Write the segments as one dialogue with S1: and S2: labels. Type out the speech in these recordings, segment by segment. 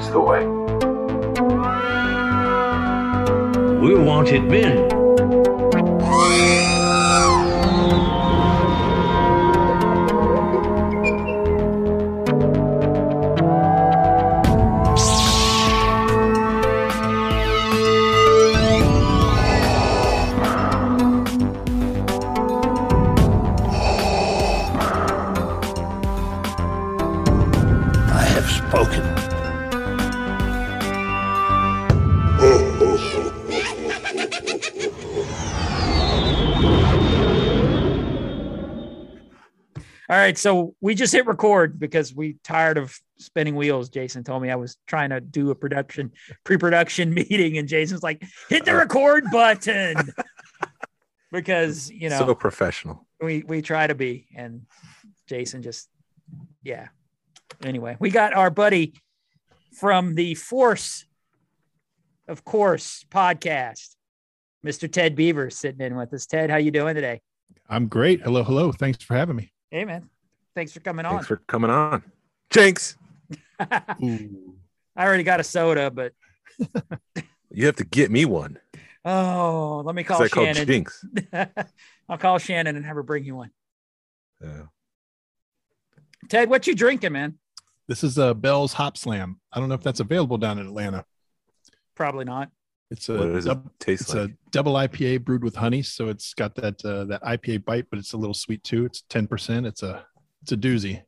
S1: story.
S2: We're wanted men.
S3: I have spoken.
S4: All right, so we just hit record because we tired of spinning wheels. Jason told me I was trying to do a production pre-production meeting, and Jason's like, "Hit the record button," because you know
S5: so professional.
S4: we we try to be, and Jason just yeah. Anyway, we got our buddy from the Force, of course, podcast, Mr. Ted Beaver, sitting in with us. Ted, how you doing today?
S6: I'm great. Hello, hello. Thanks for having me.
S4: Hey, man. Thanks for coming on.
S5: Thanks for coming on, Jinx.
S4: I already got a soda, but
S5: You have to get me one.
S4: oh, let me
S5: 'cause
S4: call
S5: I called
S4: Shannon.
S5: Jinx.
S4: I'll call Shannon and have her bring you one.
S5: Uh,
S4: Ted, what you drinking, man?
S6: This is a Bell's Hop Slam. I don't know if that's available down in Atlanta.
S4: Probably not.
S6: It's
S5: what
S6: a
S5: does
S6: dub-
S5: it taste
S6: it's
S5: like?
S6: a double IPA brewed with honey, so it's got that uh, that IPA bite, but it's a little sweet too. It's ten percent. It's a it's a doozy.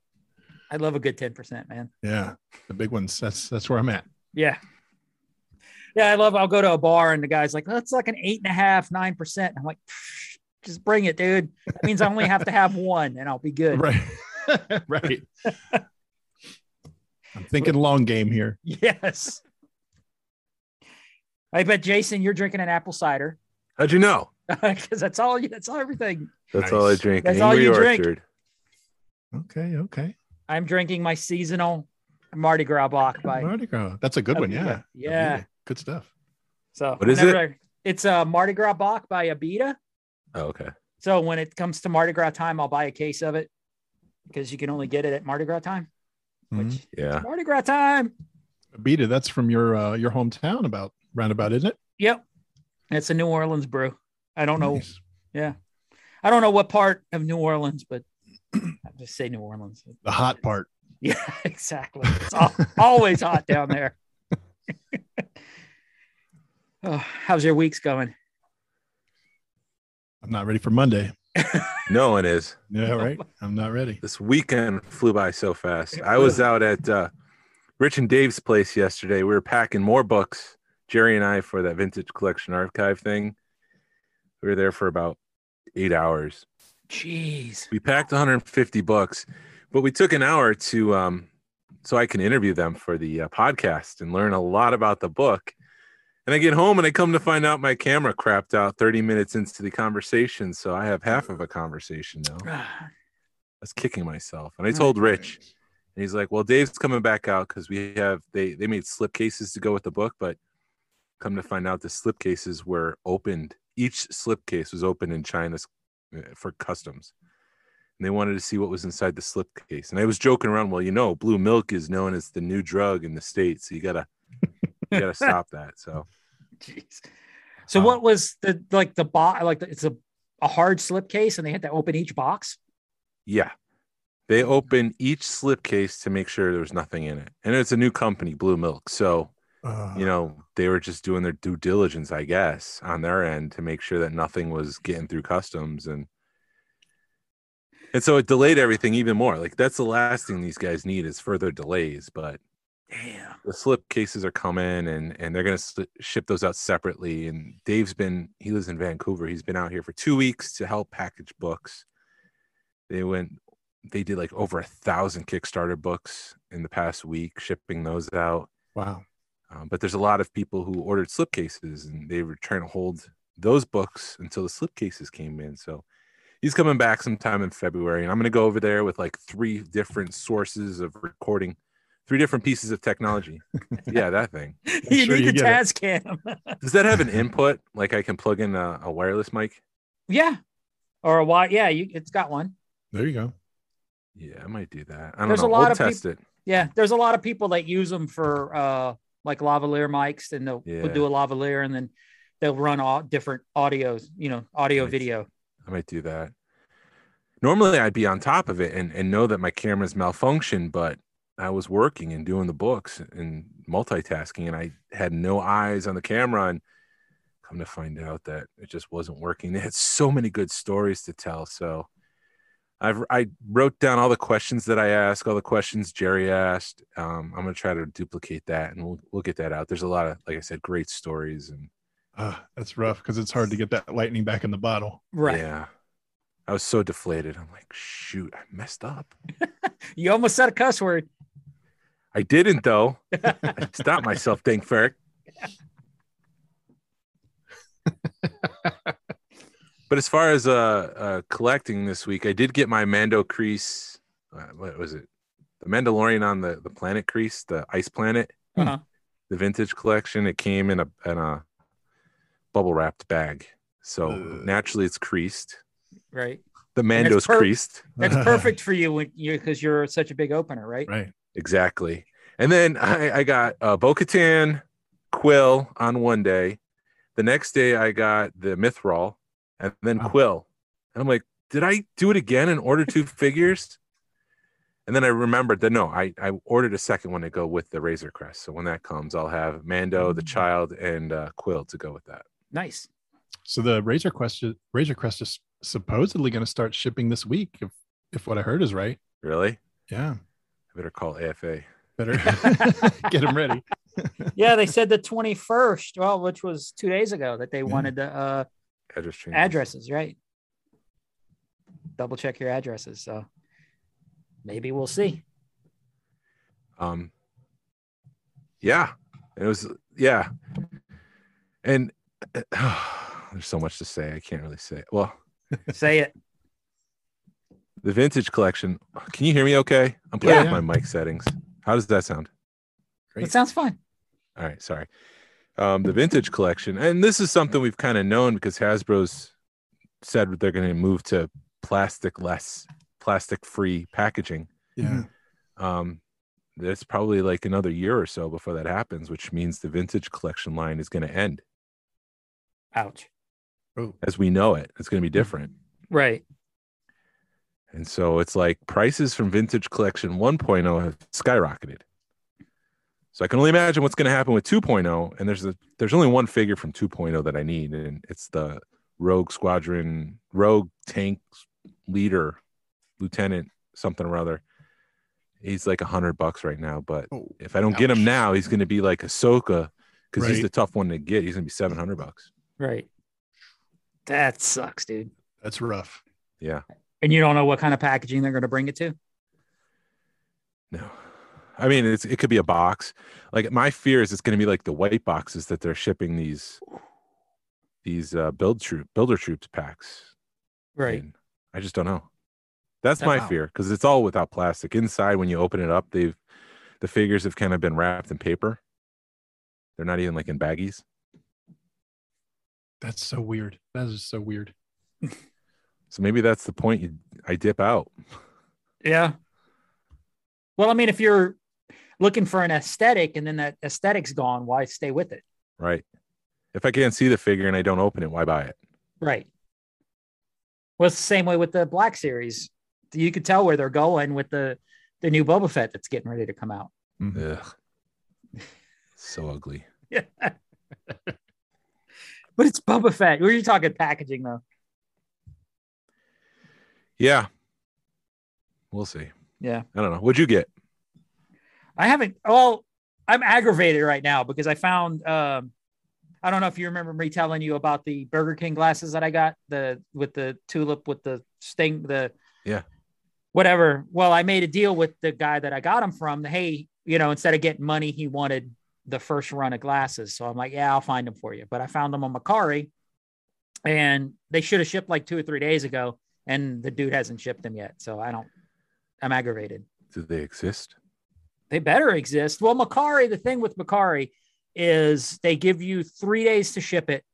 S4: I love a good 10%, man.
S6: Yeah, the big ones. That's that's where I'm at.
S4: Yeah. Yeah, I love I'll go to a bar and the guy's like, that's like an eight and a half, nine percent. I'm like, "Psh, just bring it, dude. That means I only have to have one and I'll be good.
S6: Right, right. I'm thinking long game here.
S4: Yes. I bet Jason, you're drinking an apple cider
S5: How'd you know?
S4: because that's all you that's all everything.
S5: That's all I
S6: Nice.
S5: drink.
S4: That's all
S5: Angry
S4: you drink.
S5: Orchard.
S6: Okay, okay.
S4: I'm drinking my seasonal Mardi Gras Bach by
S6: Mardi Gras. That's a good one. Yeah,
S4: Abita. Yeah.
S6: Good stuff.
S4: So
S5: What is
S4: whenever I- it's a Mardi Gras Bach by Abita.
S5: Oh, okay.
S4: So when it comes to Mardi Gras time, I'll buy a case of it because you can only get it at Mardi Gras time.
S5: Mm-hmm.
S6: Mhm.
S4: Which
S5: Yeah.
S4: Mardi Gras time?
S6: Mm-hmm. Abita, that's from your uh, your hometown, about roundabout, isn't it?
S4: Yep, it's a New Orleans brew. I don't know.
S6: Nice.
S4: I don't know what part of New Orleans, but I just say New Orleans.
S6: the hot part.
S4: Yeah, exactly. It's al- always hot down there. oh, how's your weeks going?
S6: I'm not ready for Monday.
S5: No one is.
S6: Yeah, right. I'm not ready.
S5: This weekend flew by so fast. I was out at uh, Rich and Dave's place yesterday. We were packing more books, Jerry and I, for that vintage collection archive thing. We were there for about eight hours.
S4: Jeez.
S5: We packed 150 books, but we took an hour to um, so I can interview them for the uh, podcast and learn a lot about the book. And I get home and I come to find out my camera crapped out 30 minutes into the conversation, so I have half of a conversation now. I
S4: Ah,
S5: was kicking myself, and I told Rich. And he's like, "Well, Dave's coming back out because we have they they made slip cases to go with the book, but come to find out, the slip cases were opened. Each slip case was opened in China for customs, and they wanted to see what was inside the slip case. And I was joking around, well, you know, blue milk is known as the new drug in the states, so you gotta you gotta stop that. So
S4: Jeez. So
S5: Wow.
S4: what was the like the box? Like the, it's a a hard slip case, and they had to open each box.
S5: yeah." They opened each slip case to make sure there was nothing in it. And it's a new company, Blue Milk. So
S6: Uh,
S5: you know, they were just doing their due diligence, I guess, on their end to make sure that nothing was getting through customs and and so it delayed everything even more. Like that's the last thing these guys need is further delays. But
S4: Damn.
S5: the slip cases are coming, and and they're gonna s ship those out separately. And Dave's been he lives in Vancouver. He's been out here for two weeks to help package books. They went, they did like over a thousand Kickstarter books in the past week, shipping those out.
S6: wow.
S5: Um, but there's a lot of people who ordered slipcases and they were trying to hold those books until the slipcases came in. So he's coming back sometime in February. And I'm going to go over there with like three different sources of recording, three different pieces of technology. yeah, that thing.
S4: you
S6: sure
S4: need
S6: you
S4: the
S6: get
S4: Taz cam.
S5: Does that have an input? Like I can plug in a, a wireless mic?
S4: yeah. Or a why? Yeah, you, it's got one.
S6: There you go.
S5: Yeah, I might do that. I don't
S4: There's a
S5: know.
S4: lot
S5: we'll
S4: of
S5: test it.
S4: Yeah, there's a lot of people that use them for uh like lavalier mics, and they'll
S5: Yeah.
S4: we'll do a lavalier, and then they'll run all different audios, you know, audio
S5: Nice.
S4: video.
S5: I might do that. Normally, I'd be on top of it and, and know that my camera's malfunctioned, but I was working and doing the books and multitasking, and I had no eyes on the camera. And come to find out that it just wasn't working. They had so many good stories to tell. So I've I wrote down all the questions that I asked, all the questions Jerry asked. Um, I'm gonna try to duplicate that, and we'll we'll get that out. There's a lot of, like I said, great stories and
S6: Uh, that's rough because it's hard to get that lightning back in the bottle.
S4: Right.
S5: yeah. I was so deflated. I'm like, shoot, I messed up.
S4: You almost said a cuss word.
S5: I didn't though. I stopped myself, Ding Ferrick. but as far as uh, uh collecting this week, I did get my Mando crease. Uh, what was it? The Mandalorian on the the planet crease, the ice planet,
S4: Uh-huh.
S5: the vintage collection. It came in a in a bubble wrapped bag, so
S6: Ugh.
S5: naturally it's creased.
S4: Right.
S5: The
S4: it's
S5: Mando's
S4: per-
S5: creased.
S4: That's perfect for you when you because you're such a big opener, right?
S6: right.
S5: Exactly. And then I, I got uh, Bo Katan, Quill on one day. The next day, I got the Mithril and then
S6: Wow.
S5: Quill. And I'm like, did I do it again and order two figures? And then I remembered that no, I, I ordered a second one to go with the Razor Crest. So when that comes, I'll have Mando, the child, and uh, Quill to go with that.
S4: Nice.
S6: So the Razor Crest, Razor Crest is supposedly going to start shipping this week, if if what I heard is right.
S5: Really?
S6: Yeah,
S5: I better call AFA.
S6: better get them ready.
S4: Yeah, they said the 21st, well, which was two days ago, that they wanted the uh,
S5: Address changes.
S4: addresses, right? Double check your addresses. So maybe we'll see.
S5: um yeah it was yeah and there's so much to say i can't really say well
S4: Say it.
S5: the vintage collection can you hear me okay i'm playing
S6: Yeah.
S5: with my mic settings how does that sound
S4: It sounds fun.
S5: all right sorry um the vintage collection and this is something we've kind of known because hasbro's said they're going to move to plastic less plastic free packaging
S6: Yeah,
S5: um that's probably like another year or so before that happens which means the vintage collection line is going to end
S4: Ouch.
S6: Oh,
S5: as we know it it's going
S6: Mm-hmm.
S5: to be different
S4: Right.
S5: and so it's like prices from vintage collection 1.0 have skyrocketed so i can only imagine what's going to happen with 2.0 and there's a there's only one figure from 2.0 that i need and it's the rogue squadron rogue tank leader lieutenant something or other he's like a hundred bucks right now but
S6: Oh,
S5: If I don't get him
S6: Ouch.
S5: now, he's going to be like Ahsoka because he's
S6: Right.
S5: the tough one to get. He's going to be 700 bucks.
S4: Right. That sucks, dude.
S6: that's rough.
S5: Yeah.
S4: And you don't know what kind of packaging they're going to bring it to.
S5: No. I mean, it's, it could be a box. Like my fear is it's going to be like the white boxes that they're shipping these these uh, build troop builder troops packs. in. I just don't know. That's my
S4: Wow.
S5: fear because it's all without plastic inside. When you open it up, they've the figures have kind of been wrapped in paper. They're not even like in baggies.
S6: That's so weird. That is so weird.
S5: So maybe that's the point. You, I dip out.
S4: Yeah. Well, I mean, if you're looking for an aesthetic and then that aesthetic's gone, why stay with it?
S5: Right. If I can't see the figure and I don't open it, why buy it?
S4: Right. Well, it's the same way with the Black Series. You could tell where they're going with the the new Boba Fett that's getting ready to come out.
S5: Ugh. so ugly.
S4: Yeah. but it's Boba Fett. Were you talking packaging though?
S5: Yeah. We'll see.
S4: Yeah.
S5: I don't know. What'd you get?
S4: I haven't. Well, I'm aggravated right now because I found. Um, I don't know if you remember me telling you about the Burger King glasses that I got the with the tulip with the sting the
S5: Yeah.
S4: whatever. Well, I made a deal with the guy that I got them from. Hey, you know, instead of getting money, he wanted the first run of glasses. So I'm like, yeah, I'll find them for you. But I found them on Macari, and they should have shipped like two or three days ago, and the dude hasn't shipped them yet. So I don't. I'm aggravated
S5: Do they exist?
S4: they better exist. Well, Macari, the thing with Macari is they give you three days to ship it,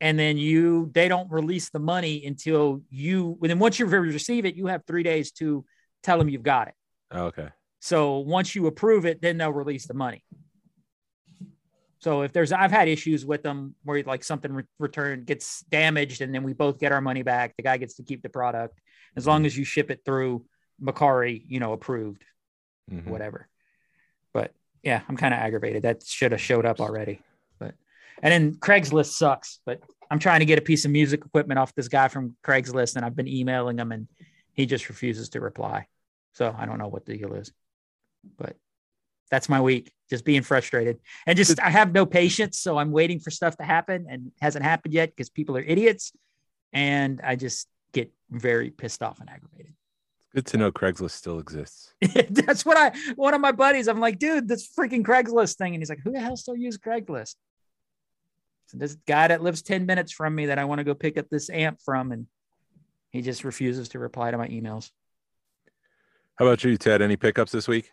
S4: and then you they don't release the money until you. And then once you receive it, you have three days to tell them you've got it.
S5: Oh, okay.
S4: So once you approve it, then they'll release the money. So if there's, I've had issues with them where like something re- returned gets damaged, and then we both get our money back. The guy gets to keep the product as long as you ship it through Macari, you know, approved,
S5: Mhm.
S4: whatever. But yeah, I'm kind of aggravated. That should have showed up already. But and then Craigslist sucks. But I'm trying to get a piece of music equipment off this guy from Craigslist, and I've been emailing him, and he just refuses to reply. So I don't know what the deal is. But that's my week. Just being frustrated and just I have no patience, so I'm waiting for stuff to happen and it hasn't happened yet because people are idiots, and I just get very pissed off and aggravated.
S5: Good to know Craigslist still exists.
S4: that's what I one of my buddies. I'm like, dude, this freaking Craigslist thing, and he's like, who the hell still uses Craigslist? So this guy that lives ten minutes from me that I want to go pick up this amp from, and he just refuses to reply to my emails.
S5: How about you, Ted? Any pickups this week?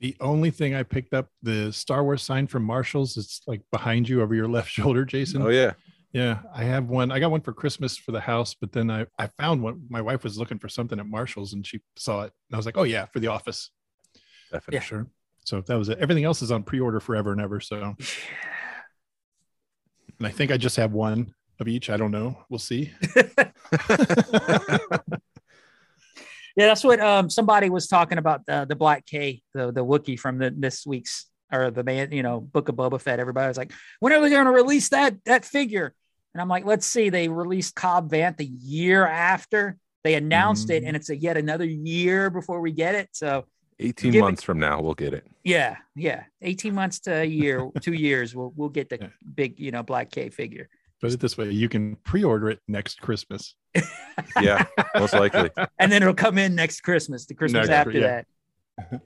S6: The only thing I picked up the Star Wars sign from Marshalls. It's like behind you over your left shoulder, Jason.
S4: Mm-hmm.
S5: Oh yeah,
S6: Yeah, I have one. I got one for Christmas for the house, but then I, I found one. My wife was looking for something at Marshall's and she saw it. And I was like, oh, yeah, for the office.
S5: definitely.
S6: Sure. So that was it. Everything else is on pre order forever and ever. So, and I think I just have one of each. I don't know. We'll see.
S4: Yeah, that's what um somebody was talking about the the Black K, the the Wookiee from the this week's or the man, you know, Book of Boba Fett. Everybody was like, when are they going to release that that figure? And I'm like, let's see. They released Cobb Vanth the year after they announced it, and it's a yet another year before we get it. So
S5: Eighteen
S4: Give it-
S5: months from now, we'll get it.
S4: yeah, yeah, 18 months to a year, two years, we'll we'll get the
S6: Yeah.
S4: big, you know, Black K figure.
S6: Put it this way you can pre order it next Christmas.
S5: Yeah, most likely.
S4: and then it'll come in next Christmas, the Christmas
S6: Next,
S4: after
S6: yeah.
S4: that.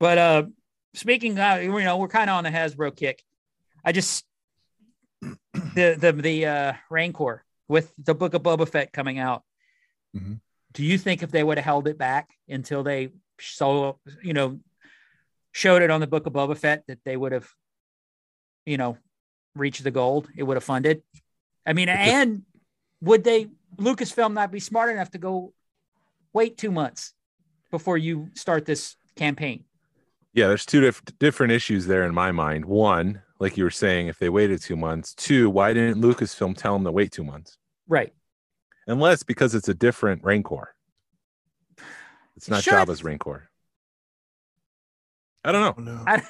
S4: But uh speaking of, you know, we're kind of on the Hasbro kick. I just the the the uh Rancor with the Book of Boba Fett coming out.
S6: Mhm.
S4: Do you think if they would have held it back until they so you know showed it on the Book of Boba Fett that they would have you know reached the gold, it would have funded? I mean, and would they Lucasfilm not be smart enough to go wait two months before you start this campaign?
S5: Yeah, there's two diff- different issues there in my mind. One, like you were saying, if they waited two months. Two, why didn't Lucasfilm tell them to wait two months?
S4: Right.
S5: Unless because it's a different Rancor. It's not
S4: Sure.
S5: Jabba's Rancor. I don't know.
S6: Oh, no.
S4: I-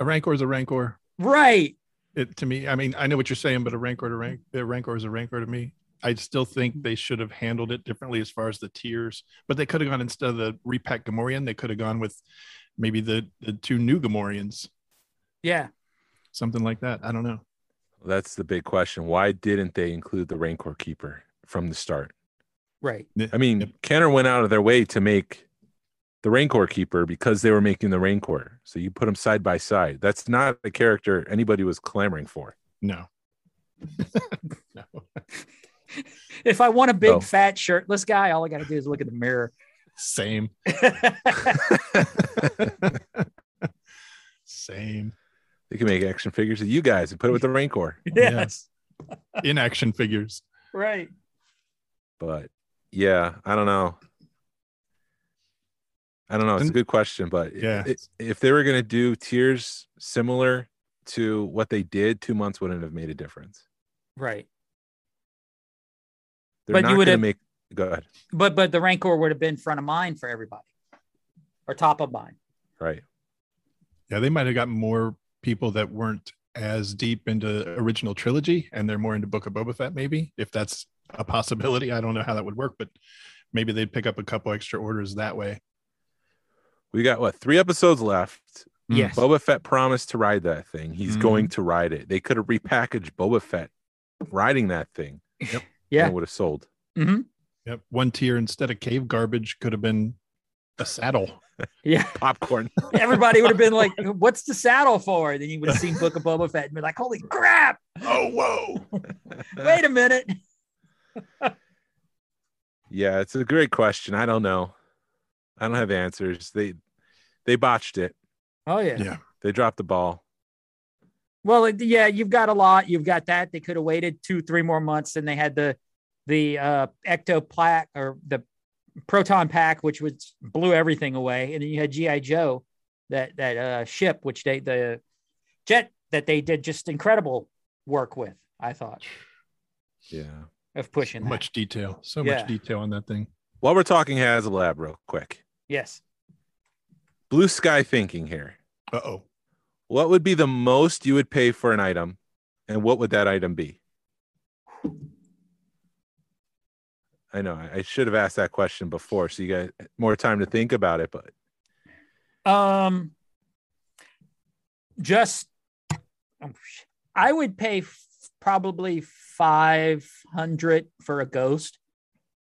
S6: a rancor is a rancor.
S4: Right.
S6: It, to me, I mean, I know what you're saying, but a rancor to rank, a rancor is a rancor to me. I still think they should have handled it differently as far as the tiers, but they could have gone instead of the repack Gamorrean, they could have gone with maybe the, the two new Gamorreans,
S4: Yeah.
S6: something like that. I don't know.
S5: That's the big question. Why didn't they include the Rancor Keeper from the start?
S4: Right.
S5: I mean,
S6: Yep.
S5: Kenner went out of their way to make the Rancor Keeper because they were making the Rancor. So you put them side by side. That's not a character anybody was clamoring for.
S6: No. no.
S4: If I want a big
S5: No.
S4: fat shirtless guy, all I got to do is look in the mirror.
S6: Same. Same.
S5: They can make action figures of you guys and put it with the Rancor.
S4: yes.
S6: In action figures.
S4: Right.
S5: But yeah, I don't know. I don't know. It's a
S6: And-
S5: good question, but i-
S6: Yeah.
S5: i- if they were going to do tiers similar to what they did, two months wouldn't have made a difference.
S4: Right.
S5: They're
S4: But you
S5: not going
S4: would
S5: to
S4: have-
S5: make. Go ahead.
S4: But but the Rancor would have been front of mind for everybody or top of mind.
S5: Right.
S6: Yeah, they might have got more people that weren't as deep into original trilogy and they're more into Book of Boba Fett, maybe, if that's a possibility. I don't know how that would work, but maybe they'd pick up a couple extra orders that way.
S5: We got what three episodes left.
S6: Mm.
S4: Yes.
S5: Boba Fett promised to ride that thing. He's
S6: Mhm.
S4: Mm-hmm.
S5: going to ride it. They could have repackaged Boba Fett riding that thing.
S6: Yep.
S4: Yeah.
S5: And it would have sold.
S4: hmm
S6: Yep. One tier instead of cave garbage could have been a saddle.
S4: Yeah.
S5: Popcorn.
S4: Everybody would have been like, what's the saddle for? Then you would have seen Book of Boba Fett and be like, holy crap.
S6: Oh, whoa.
S4: Wait a minute.
S5: Yeah, it's a great question. I don't know. I don't have answers. They they botched it.
S4: Oh, yeah.
S6: Yeah.
S5: They dropped the ball.
S4: Well, it- yeah, you've got a lot. You've got that. They could have waited two, three more months, and they had the the uh, ectoplaque or the proton pack, which was blew everything away, and then you had GI Joe, that that uh, ship, which they the jet that they did just incredible work with. I thought
S5: Yeah.
S4: of pushing that.
S6: much detail. So
S4: Yeah.
S6: much detail on that thing.
S5: While we're talking HasLab real quick,
S4: Yes,
S5: blue sky thinking here.
S6: Uh oh.
S5: What would be the most you would pay for an item, and what would that item be? I know I I should have asked that question before, so you got more time to think about it. But
S4: Um, just um, sh- I would pay f- probably five hundred for a ghost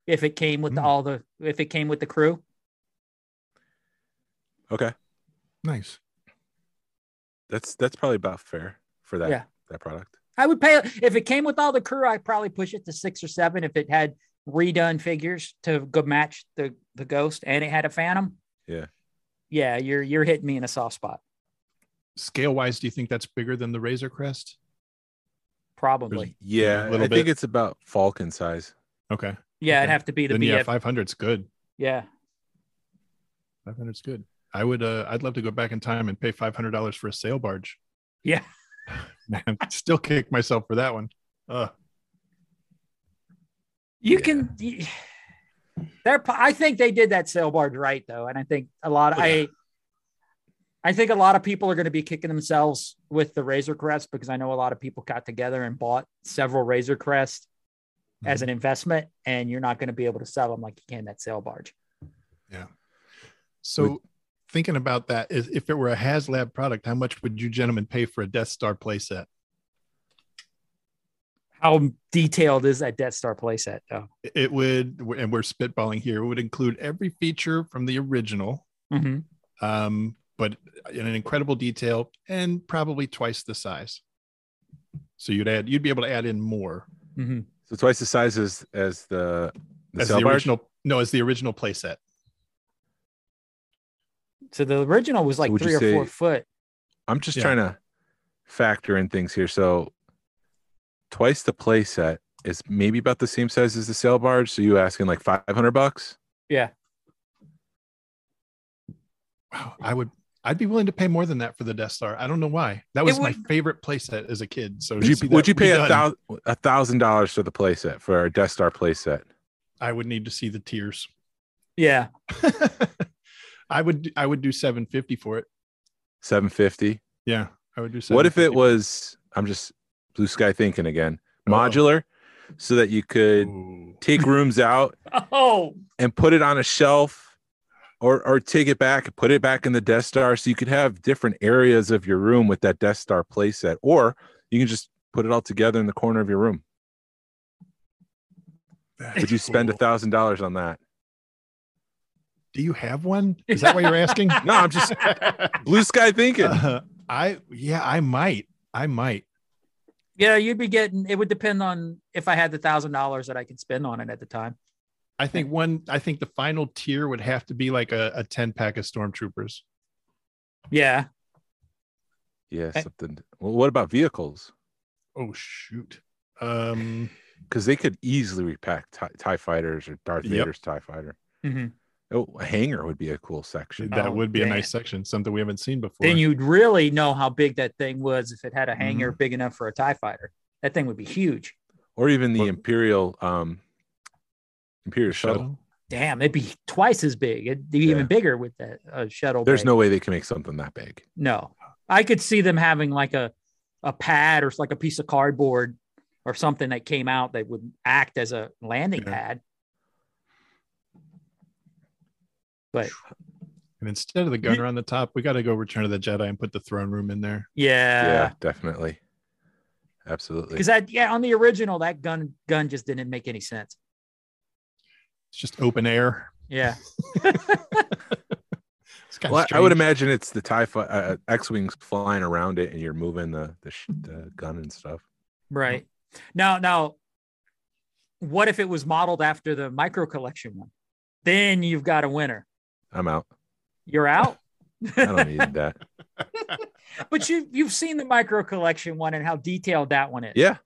S4: if it came with
S6: Mm.
S4: all the if it came with the crew.
S5: okay,
S6: Nice.
S5: that's that's probably about fair for that
S4: Yeah.
S5: that product.
S4: I would pay if it came with all the crew. I'd probably push it to six or seven if it had redone figures to go match the the ghost and it had a phantom.
S5: Yeah.
S4: yeah, you're you're hitting me in a soft spot.
S6: Scale wise, do you think that's bigger than the Razor Crest?
S4: Probably.
S5: Yeah,
S6: a little
S5: I think
S6: bit.
S5: it's about falcon size.
S6: Okay.
S4: Yeah, it'd
S6: Okay.
S4: have to be the
S6: then yeah,
S4: BF.
S6: 500's good.
S4: yeah,
S6: 500's good. I would, uh, I'd love to go back in time and pay $500 for a sail barge.
S4: Yeah.
S6: Man, still kick myself for that one. Uh,
S4: you
S5: Yeah.
S4: can you, they're po- i think they did that sail barge right though and i think a lot of, i i think a lot of people are going to be kicking themselves with the razor crest because i know a lot of people got together and bought several razor crest
S5: Mm-hmm.
S4: as an investment and you're not going to be able to sell them like you can that sail barge
S6: so thinking about that is if it were a HasLab product, how much would you gentlemen pay for a Death Star playset?
S4: how detailed is that death star playset though
S6: It would, and we're spitballing here, it would include every feature from the original,
S4: Mhm.
S5: Mm-hmm.
S6: um, but in an incredible detail and probably twice the size. So you'd add, you'd be able to add in more
S4: Mhm.
S5: So twice the size as as the the,
S6: as
S5: sail
S6: the
S5: barge?
S6: original. No, as the original playset.
S4: so the original was
S5: So
S4: like
S5: would
S4: three
S5: you
S4: or four
S5: say-
S4: foot
S5: I'm just
S6: Yeah.
S5: trying to factor in things here. So twice the play set is maybe about the same size as the sail barge. So you asking like 500 bucks?
S6: Wow, I would, I'd be willing to pay more than that for the Death Star. I don't know why. That was my
S4: would-
S6: favorite playset as a kid. So
S5: Would you,
S6: to see
S5: would
S6: that
S5: you pay a
S6: redone,
S5: thousand, a thousand dollars for the play set for our Death Star play set?
S6: I would need to see the tears.
S4: yeah
S6: I would, I would do seven fifty for it.
S5: 750.
S6: Yeah, I would do.
S5: What if it
S6: 750.
S5: was, I'm just blue sky thinking again,
S6: Uh-oh.
S5: modular so that you could
S6: Ooh.
S5: take rooms out
S4: oh
S5: and put it on a shelf or or take it back and put it back in the Death Star so you could have different areas of your room with that Death Star playset or you can just put it all together in the corner of your room. Would you spend a
S6: Cool.
S5: thousand dollars on that?
S6: Do you have one? Is that what you're asking?
S5: No, I'm just blue sky thinking.
S6: Uh, I yeah, I might. I might.
S4: yeah you'd be getting it would depend on if i had the thousand dollars that i could spend on it at the time
S6: I think one I think the final tier would have to be like a, a 10 pack of stormtroopers.
S4: yeah
S5: Yeah, something. Well, what about vehicles?
S6: Oh shoot. Um
S5: Because they could easily repack tie, TIE fighters or Darth
S6: Yep.
S5: Vader's TIE fighter.
S4: Mhm.
S5: Oh, a hangar would be a cool section.
S6: that
S4: Oh,
S6: would be a
S4: man.
S6: nice section, something we haven't seen before.
S4: Then you'd really know how big that thing was if it had a
S5: Mm-hmm.
S4: hangar big enough for a TIE fighter. That thing would be huge.
S5: Or even the
S6: Well-
S5: Imperial um Imperial shuttle.
S6: shuttle.
S4: Damn, it'd be twice as big. It'd be
S5: Yeah.
S4: even bigger with that uh, shuttle.
S5: There's
S4: bay.
S5: no way they can make something that big.
S4: no. I could see them having like a a pad or like a piece of cardboard or something that came out that would act as a landing
S6: Yeah.
S4: pad. But
S6: And instead of the gunner on the top, we got to go Return of the Jedi and put the throne room in there.
S4: yeah,
S5: yeah definitely absolutely
S4: because that yeah on the original that gun gun just didn't make any sense.
S6: It's just open air.
S4: Yeah,
S6: It's kind
S5: well,
S6: of
S5: I- i would imagine it's the tie fi- uh, x-wings flying around it and you're moving the the, sh- the gun and stuff
S4: Right. Now, now, what if it was modeled after the micro collection one? Then you've got a winner.
S5: i'm out
S4: You're out.
S5: i don't need that
S4: but you you've seen the micro collection one and how detailed that one is.
S5: yeah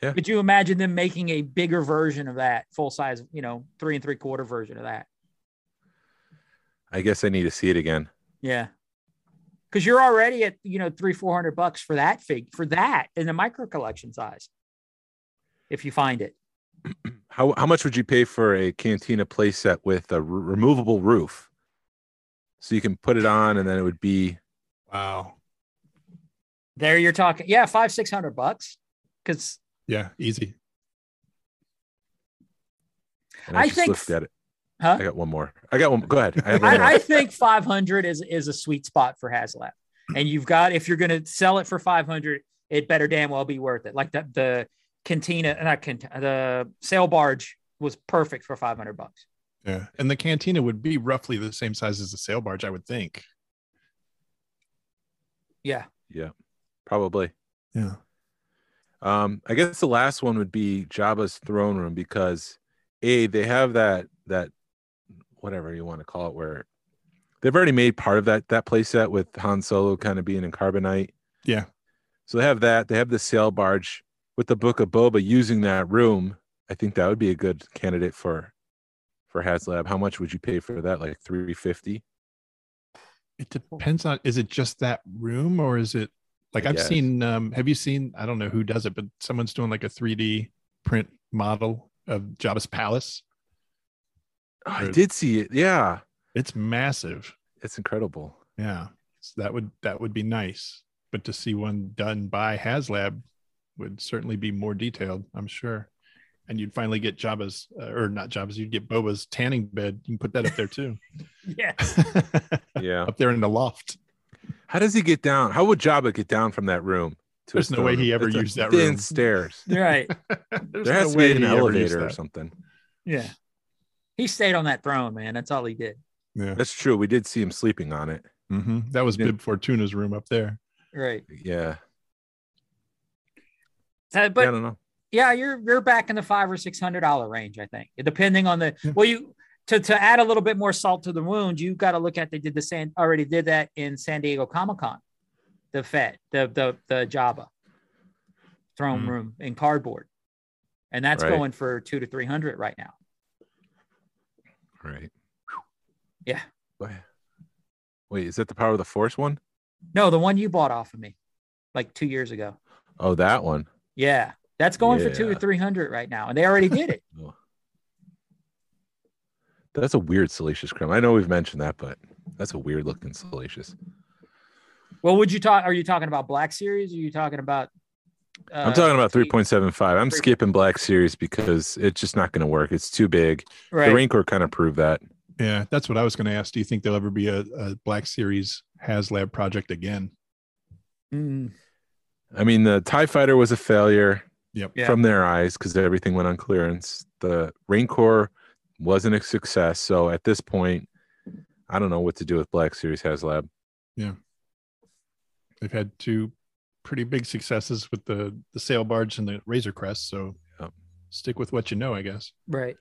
S4: Could you imagine them making a bigger version of that, full size, you know, three and three quarter version of that?
S5: I guess I need to see it again.
S4: Yeah. Cause you're already at, you know, three, 400 bucks for that fig for that in the micro collection size. If you find it.
S5: How how much would you pay for a cantina playset with a r- removable roof? So you can put it on, and then it would be
S6: Wow.
S4: There you're talking. Yeah. Five, 600 bucks. Cause
S6: Yeah, easy.
S5: And I,
S4: I
S5: just
S4: think-
S5: looked at it.
S4: Huh?
S5: I got one more. I got one. Go ahead. I have one more.
S4: I, I think 500 is, is a sweet spot for HasLab. And you've got, if you're going to sell it for 500, it better damn well be worth it. Like the, the cantina, uh, not cantina, the sail barge was perfect for 500 bucks.
S6: Yeah. And the cantina would be roughly the same size as the sail barge, I would think.
S4: Yeah.
S5: yeah, probably.
S6: Yeah.
S5: Um, I guess the last one would be Jabba's throne room because a they have that that whatever you want to call it where they've already made part of that that playset with Han Solo kind of being in carbonite.
S6: Yeah.
S5: So they have that. They have the sail barge with the Book of Boba using that room. I think that would be a good candidate for for HasLab. How much would you pay for that? Like three fifty.
S6: It depends on is it just that room or is it like
S5: I
S6: I've
S5: guess.
S6: seen um have you seen I don't know who does it, but someone's doing like a 3D print model of Jabba's Palace.
S5: I
S6: Or-
S5: Oh, did see it. Yeah,
S6: It's massive.
S5: it's incredible.
S6: Yeah. So that would that would be nice. But to see one done by HasLab would certainly be more detailed, I'm sure. And you'd finally get Jabba's uh, or not Jabba's, you'd get Boba's tanning bed. You can put that up there too.
S4: Yeah.
S5: Yeah.
S6: up there in the loft.
S5: How does he get down? How would Jabba get down from that room? to
S6: There's
S5: his
S6: no way
S5: throne
S6: he
S5: room?
S6: ever
S5: It's a
S6: used that
S5: thin
S6: room.
S5: stairs.
S4: You're right.
S6: There's
S5: There has
S6: no
S5: to be
S6: way
S5: an
S6: he ever used
S5: elevator or
S6: that.
S5: something.
S4: Yeah. He stayed on that throne, man. That's all he did.
S6: Yeah.
S5: That's true. We did see him sleeping on it.
S6: Mhm. That was
S5: Yeah.
S6: Bib Fortuna's room up there.
S4: Right.
S5: Yeah.
S4: So-
S5: Yeah, I
S4: Uh, but
S5: don't know.
S4: yeah, you're you're back in the five or six hundred dollar range, I think, depending on the
S6: Yeah.
S4: well, you to to add a little bit more salt to the wound, you got to look at they did the San already did that in San Diego Comic Con, the Fed, the the the Java throne
S6: Mm.
S4: room in cardboard, and that's
S5: Mm-hmm. Right.
S4: going for two to three hundred right now.
S5: All right.
S4: Yeah.
S5: Wait. Wait, is that the power of the force one?
S4: No, the one you bought off of me, like two years ago.
S5: Oh, that one.
S4: Yeah, that's going for two
S5: Yeah.
S4: to three hundred right now, and they already did it.
S5: That's a weird salacious crime. I know we've mentioned that, but that's a weird looking salacious.
S4: Well, would you talk? Are you talking about Black Series? Or are you talking about? Uh,
S5: I'm talking about
S4: the-
S5: 3.75. I'm
S4: three-
S5: skipping Black Series because it's just not going to work. It's too big.
S4: Right.
S5: The Rancor kind of proved that.
S6: Yeah, that's what I was going to ask. Do you think there'll ever be a, a Black Series HasLab project again?
S4: Mm,
S5: I mean, the TIE fighter was a failure
S6: Yep.
S4: Yeah.
S5: from their eyes because everything went on clearance. The Rancor wasn't a success. So at this point, I don't know what to do with Black Series HasLab.
S6: They've had two pretty big successes with the the sail barge and the Razor Crest, so
S5: Yep.
S6: stick with what you know, I guess.
S4: right.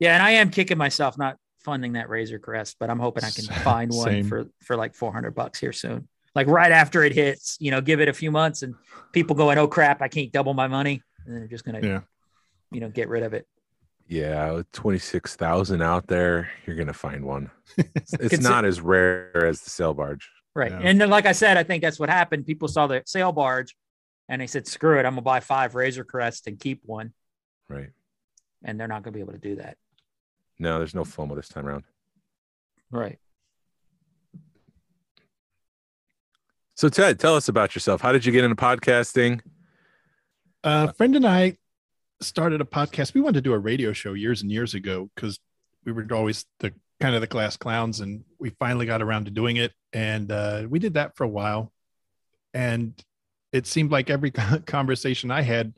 S4: Yeah, and I am kicking myself not funding that Razor Crest, but I'm hoping I can
S6: S-
S4: find one
S6: same.
S4: for for like 400 bucks here soon. Like right after it hits, you know, give it a few months and people going, "Oh crap, I can't double my money," and then they're just gonna,
S6: Yeah.
S4: you know, get rid of it.
S5: Yeah, with 26,000 out there, you're going to find one. It's, it's
S4: Consi-
S5: not as rare as the sail barge.
S4: Right.
S6: Yeah.
S4: And then, like I said, I think that's what happened. People saw the sail barge, and they said, "Screw it, I'm gonna buy five Razor Crest and keep one,"
S5: Right.
S4: and they're not gonna be able to do that.
S5: No, there's no FOMO this time around.
S4: Right.
S5: So, Ted, tell us about yourself. How did you get into podcasting?
S6: A friend and I started a podcast. We wanted to do a radio show years and years ago because we were always the kind of the class clowns, and we finally got around to doing it. And uh, we did that for a while, and it seemed like every conversation I had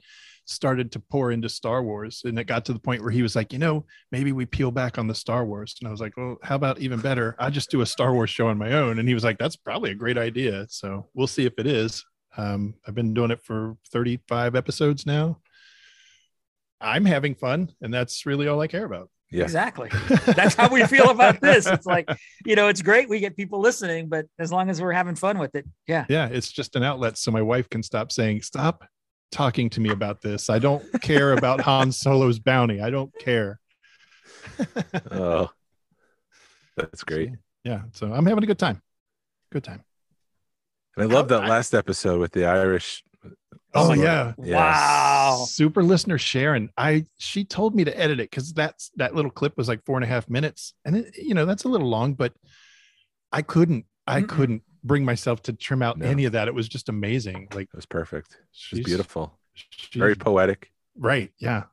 S6: started to pour into Star Wars, and it got to the point where he was like, you know, maybe we peel back on the Star Wars, and I was like, well, how about even better? I just do a Star Wars show on my own, and he was like, that's probably a great idea. So we'll see if it is. Um, I've been doing it for 35 episodes now. I'm having fun, and that's really all I care about.
S5: Yeah.
S4: Exactly. That's how we feel about this. It's like, you know, it's great we get people listening, but as long as we're having fun with it, yeah.
S6: yeah, it's just an outlet so my wife can stop saying, Stop talking to me about this. I don't care about Han Solo's bounty. I don't care.
S5: Oh, That's great.
S6: Yeah. So I'm having a good time. Good time.
S5: And I love that last episode with the Irish.
S6: Oh
S5: Sorry.
S6: yeah.
S5: Yes.
S4: Wow.
S6: Super listener Sharon. I she told me to edit it because that's that little clip was like four and a half minutes. And it, you know, that's a little long, but I couldn't, I
S4: Mm-mm.
S6: couldn't bring myself to trim out
S5: No.
S6: any of that. It was just amazing. Like
S5: It was perfect. It
S6: she's
S5: was beautiful.
S6: she's-
S5: Very poetic.
S6: right. Yeah.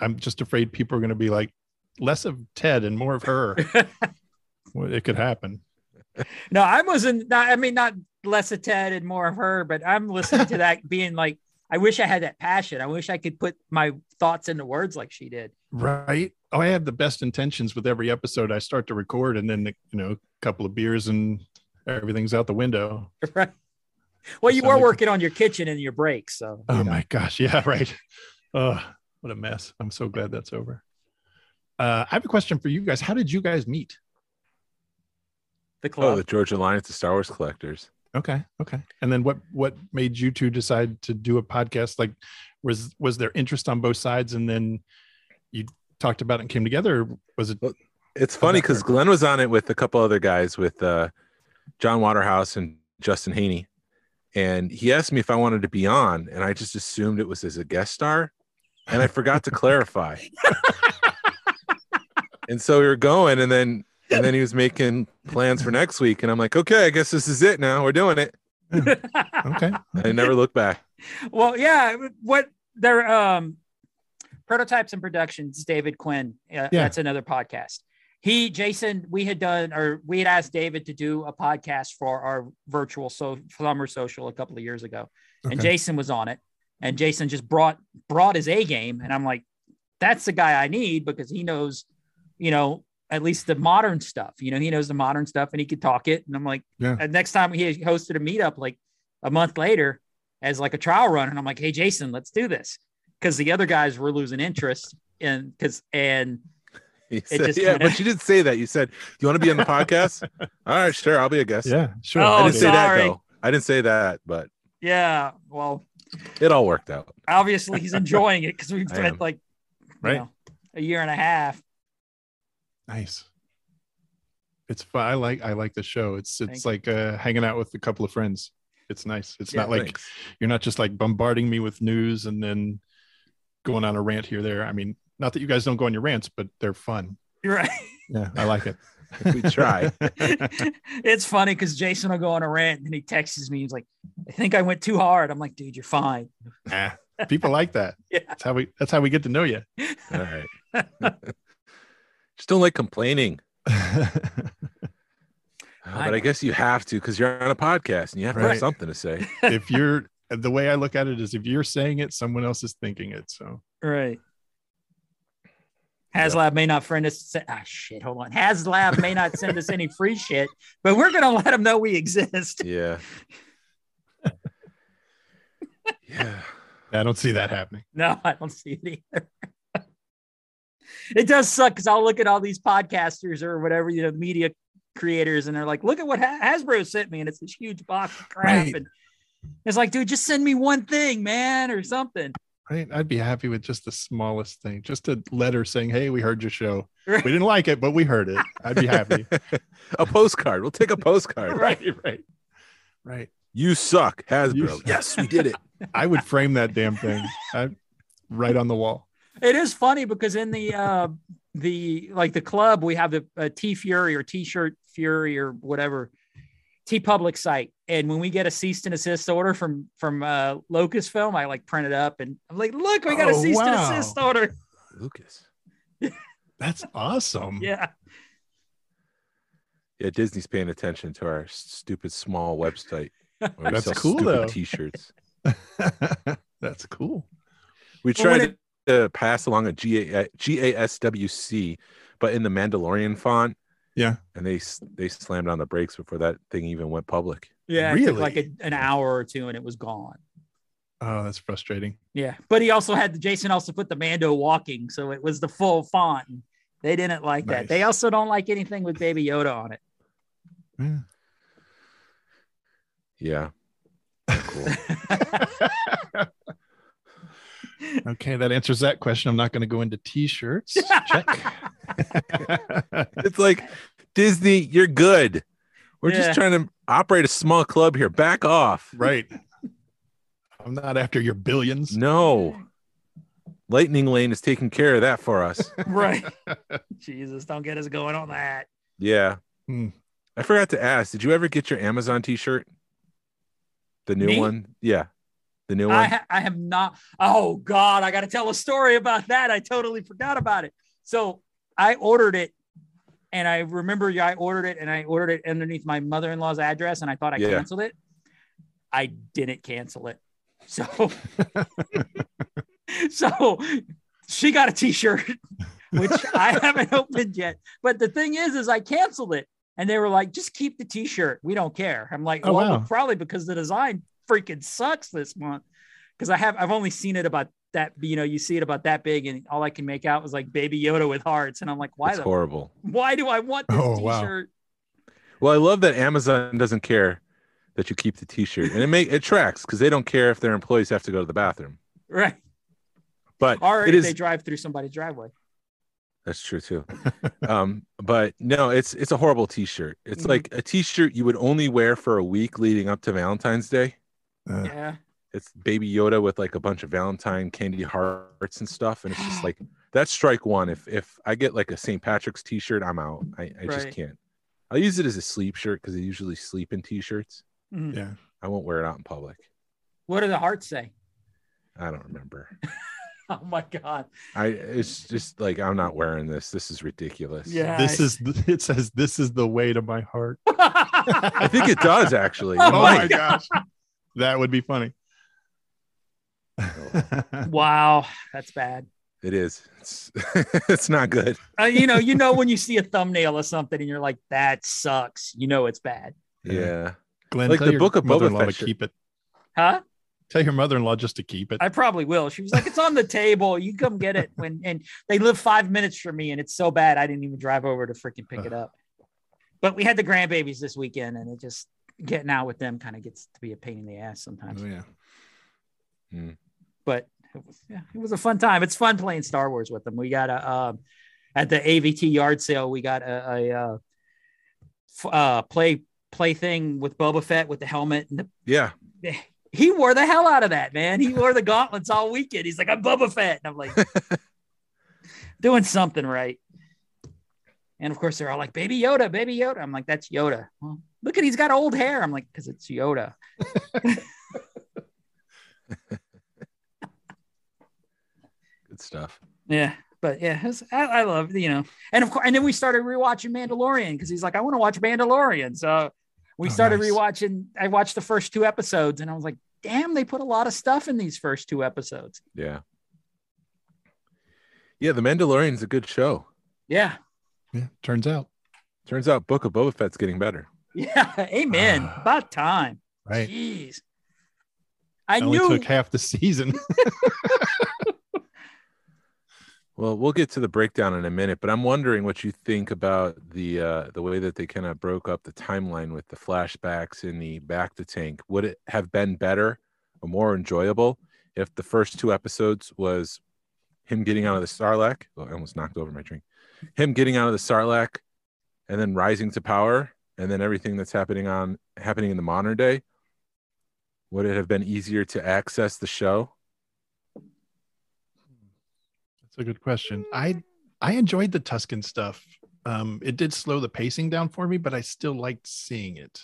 S6: I'm just afraid people are gonna be like less of Ted and more of her. well, it could happen.
S4: No, I wasn't. Not, I mean, not less of Ted and more of her, but I'm listening to that being like, I wish I had that passion. I wish I could put my thoughts into words like she did.
S6: Right. Oh, I have the best intentions with every episode I start to record, and then you know, a couple of beers and everything's out the window.
S4: Right. Well, you
S6: So
S4: were
S6: like-
S4: working on your kitchen in your break, so
S6: Oh my gosh. Yeah, right. Oh, what a mess. I'm so glad that's over. Uh, I have a question for you guys. How did you guys meet?
S4: the
S5: Oh,
S4: club.
S5: the George Alliance, the Star Wars collectors.
S6: Okay, okay. And then what what made you two decide to do a podcast? Like was was there interest on both sides and then you talked about it and came together? Or was it
S5: It's funny
S6: that
S5: because
S6: work?
S5: Glenn was on it with a couple other guys, with uh, John Waterhouse and Justin Haney, and he asked me if I wanted to be on, and I just assumed it was as a guest star, and I forgot to clarify. and so we were going, and then and then he was making plans for next week, and I'm like, okay, I guess this is it now. We're doing it.
S6: Oh, okay?
S5: And I never looked back.
S4: well, yeah. What their um, prototypes and productions, David Quinn. Uh, That's another podcast. He, Jason, we had done, or we had asked David to do a podcast for our virtual so summer social a couple of years ago. and
S6: Okay.
S4: Jason was on it. And Jason just brought brought his A game, and I'm like, that's the guy I need because he knows, you know, at least the modern stuff. You know, he knows the modern stuff, and he could talk it. And I'm like,
S6: Yeah.
S4: and next time he hosted a meetup like a month later as like a trial run, and I'm like, hey Jason, let's do this because the other guys were losing interest in because and
S5: He said,
S4: just
S5: yeah,
S4: kinda-
S5: but you didn't say that. You said, you want to be on the podcast? All right, sure, I'll be a guest.
S6: Yeah, sure.
S4: Oh,
S5: I didn't say that
S4: sorry.
S5: though. I didn't say that, but
S4: yeah, well,
S5: it all worked out.
S4: obviously he's enjoying it because we've
S5: I am.
S4: had like you
S6: Right.
S4: know, a year and a half.
S6: Nice. It's fun. I like I like the show. It's it's
S4: Thank
S6: like uh, hanging out with a couple of friends. It's nice. It's
S4: Yeah,
S6: not like
S5: Thanks.
S6: you're not just like bombarding me with news and then going on a rant here there. I mean, not that you guys don't go on your rants, but they're fun.
S4: You're right.
S6: Yeah, I like it.
S5: We try.
S4: it's funny because Jason will go on a rant and he texts me. He's like, I think I went too hard. I'm like, dude, you're fine.
S6: Nah, people like that.
S4: Yeah.
S6: That's how we that's how we get to know you.
S5: all right. Just don't like complaining. Uh,
S4: I
S5: but
S4: know.
S5: I guess you have to because you're on a podcast and you have to have
S6: Right.
S5: something to say.
S6: if you're the way I look at it is if you're saying it, someone else is thinking it. So
S4: Right. HasLab may not friend us. Ah, shit. Hold on. HasLab may not send us any free shit, but we're going to let them know we exist.
S5: Yeah. yeah.
S6: I don't see that happening.
S4: No, I don't see it either. it does suck because I'll look at all these podcasters or whatever, you know, media creators, and they're like, look at what Ha- Hasbro sent me. And it's this huge box of crap.
S6: Right.
S4: And it's like, dude, just send me one thing, man, or something.
S6: Right. I'd be happy with just the smallest thing, just a letter saying, Hey, we heard your show.
S4: Right.
S6: We didn't like it, but we heard it. I'd be happy.
S5: a postcard. We'll take a postcard.
S6: right. Right.
S5: You suck, Hasbro.
S6: You suck.
S5: Yes, we did it.
S6: I would frame that damn thing I, right on the wall.
S4: It is funny because in the uh the like the club we have the uh, T Fury or T shirt Fury or whatever T Public site, and when we get a cease and assist order from from uh, Locust Film, I like print it up and I'm like, look, we got a
S6: Oh,
S4: cease and
S6: wow.
S4: assist order.
S5: Lucas.
S6: That's awesome.
S4: Yeah,
S5: Yeah, Disney's paying attention to our stupid small website. where we
S6: That's
S5: sell
S6: cool,
S5: stupid
S6: though.
S5: T-shirts.
S6: That's cool.
S5: We
S4: Well, when
S5: tried to pass along a GA, GASWC, but in the Mandalorian font.
S6: Yeah.
S5: And they s- they slammed on the brakes before that thing even went public.
S4: yeah. it took
S6: Really?
S4: like a, an hour or two, and it was gone.
S6: Oh, that's frustrating.
S4: Yeah, but he also had Jason also put the Mando walking, so it was the full font. They didn't like that.
S6: Nice.
S4: They also don't like anything with Baby Yoda on it.
S6: Yeah.
S5: Yeah. Cool.
S6: Okay, that answers that question. I'm not going to go into t-shirts. Check.
S5: it's like Disney, you're good. We're
S4: Yeah.
S5: just trying to operate a small club here. Back off.
S6: Right. I'm not after your billions.
S5: No. Lightning Lane is taking care of that for us.
S4: right. Jesus, don't get us going on that.
S5: yeah.
S6: Hmm.
S5: I forgot to ask, did you ever get your Amazon t-shirt? The new
S4: Me?
S5: one? Yeah. The new
S4: I,
S5: one?
S4: ha- I have not. Oh God, I got to tell a story about that. I totally forgot about it. So I ordered it, and I remember I ordered it, and I ordered it underneath my mother-in-law's address, and I thought I
S5: Yeah.
S4: canceled it. I didn't cancel it. So, so she got a T-shirt, which I haven't opened yet. But the thing is, is I canceled it, and they were like, "Just keep the T-shirt. We don't care." I'm like,
S6: Oh,
S4: "Well,
S6: wow.
S4: probably because the design freaking sucks this month." Because I have I've only seen it about that. You know, you see it about that big, and all I can make out was like Baby Yoda with hearts, and I'm like, "Why
S5: It's
S4: the?
S5: horrible.
S4: Why do I want this
S6: Oh, wow.
S4: T-shirt?"
S5: Well, I love that Amazon doesn't care that you keep the t-shirt. And it make it tracks because they don't care if their employees have to go to the bathroom.
S4: Right?
S5: But
S4: Or
S5: it
S4: if
S5: is
S4: they drive through somebody's driveway.
S5: That's true too. um, but no, it's it's a horrible t-shirt. It's
S4: Mhm.
S5: like a t-shirt you would only wear for a week leading up to Valentine's Day.
S6: Uh,
S4: Yeah.
S5: It's baby Yoda with like a bunch of Valentine candy hearts and stuff. And it's just like that's strike one. If if I get like a St. Patrick's t-shirt, I'm out. I, I just
S4: Right.
S5: can't. I'll use it as a sleep shirt because I usually sleep in t-shirts.
S4: Mhm.
S6: yeah.
S5: I won't wear it out in public.
S4: What do the hearts say?
S5: I don't remember.
S4: Oh my God.
S5: I it's just like I'm not wearing this. This is ridiculous.
S4: Yeah.
S6: This is th- it says this is the way to my heart.
S5: I think it does actually. It
S4: Oh
S6: Oh
S5: might.
S6: my gosh. That would be funny.
S4: wow. That's bad.
S5: It is. It's it's not good.
S4: Uh, you know, you know when you see a thumbnail or something and you're like, "That sucks." You know it's bad,
S6: Yeah.
S5: Yeah.
S6: Glenn,
S5: Like
S6: tell
S5: the
S6: your
S5: Book of Boba
S6: mother-in-law
S5: Fett
S6: to
S5: shirt.
S6: keep it.
S4: huh?
S6: Tell your mother-in-law just to keep it.
S4: I probably will. She was like, "It's on the table. You come get it." When and they live five minutes from me, and it's so bad I didn't even drive over to freaking pick it up. But we had the grandbabies this weekend, and it just getting out with them kind of gets to be a pain in the ass sometimes.
S6: Oh, yeah.
S4: but it was, yeah, it was a fun time. It's fun playing Star Wars with them. We got a um, at the AVT yard sale. We got a, a uh, f- uh, play play thing with Boba Fett with the helmet and the.
S5: Yeah.
S4: He wore the hell out of that man. He wore the gauntlets all weekend. He's like, I'm Boba Fett, and I'm like, doing something right. And of course, they're all like, "Baby Yoda, Baby Yoda." I'm like, "That's Yoda." Well, look at he's got old hair. I'm like, "Cause it's Yoda."
S5: Good stuff.
S4: Yeah, but yeah, it's- I, I love you know, and of course, and then we started rewatching Mandalorian because he's like, I want to watch Mandalorian, so we
S6: Oh,
S4: started
S6: nice.
S4: rewatching. I watched the first two episodes, and I was like, damn, they put a lot of stuff in these first two episodes.
S5: Yeah. Yeah, The Mandalorian's a good show.
S4: Yeah,
S6: Yeah. Turns out.
S5: Turns out Book of Boba Fett's getting better.
S4: yeah, amen. About time.
S6: Right.
S4: Jeez, I
S6: only
S4: knew.
S6: took half the season.
S5: Well, we'll get to the breakdown in a minute, but I'm wondering what you think about the uh, the way that they kind of broke up the timeline with the flashbacks and the back to tank. Would it have been better or more enjoyable if the first two episodes was him getting out of the Sarlacc? Well, I almost knocked over my drink. Him getting out of the Sarlacc, and then rising to power, and then everything that's happening on happening in the modern day. Would it have been easier to access the show?
S6: That's a good question. I I enjoyed the Tuscan stuff. Um, it did slow the pacing down for me, but I still liked seeing it.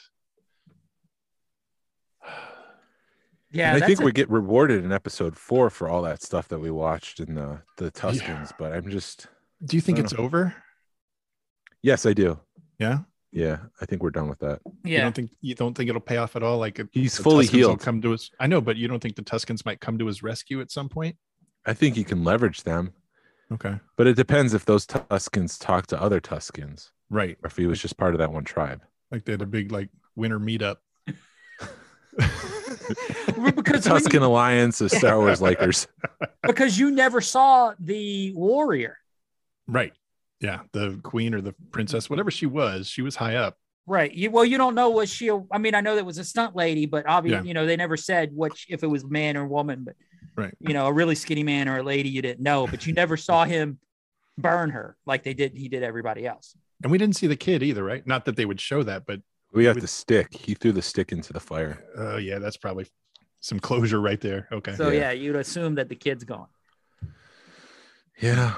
S4: yeah,
S5: and I
S4: that's
S5: think
S4: a-
S5: we get rewarded in episode four for all that stuff that we watched in the the Tuscans. But I'm just
S6: Do you think
S5: I
S6: it's over?
S5: yes, I do.
S6: Yeah.
S5: Yeah, I think we're done with that.
S6: You
S4: yeah.
S6: don't think you don't think it'll pay off at all? Like if
S5: He's
S6: the
S5: fully
S6: Tuscans will
S5: healed.
S6: Come to us. I know, but you don't think the Tuscans might come to his rescue at some point?
S5: I think he can leverage them,
S6: Okay.
S5: but it depends if those Tuscans talk to other Tuscans
S6: Right.
S5: or if he was just part of that one tribe.
S6: Like they had a big like winter meetup.
S5: The
S4: because when
S5: Tuscan
S4: you,
S5: Alliance of Star Wars likers.
S4: because you never saw the warrior,
S6: right. Yeah. The queen or the princess, whatever she was, she was high up.
S4: right? You well, you don't know was she. A, I mean, I know that was a stunt lady, but obviously,
S6: Yeah.
S4: you know, they never said what sh- if it was man or woman, but
S6: Right.
S4: you know, a really skinny man or a lady you didn't know, but you never saw him burn her like they did he did everybody else.
S6: And we didn't see the kid either, right? Not that they would show that, but
S5: We got the stick. He threw the stick into the fire.
S6: uh, yeah, that's probably some closure right there. Okay.
S4: So
S5: Yeah.
S4: yeah. you'd assume that the kid's gone.
S5: Yeah.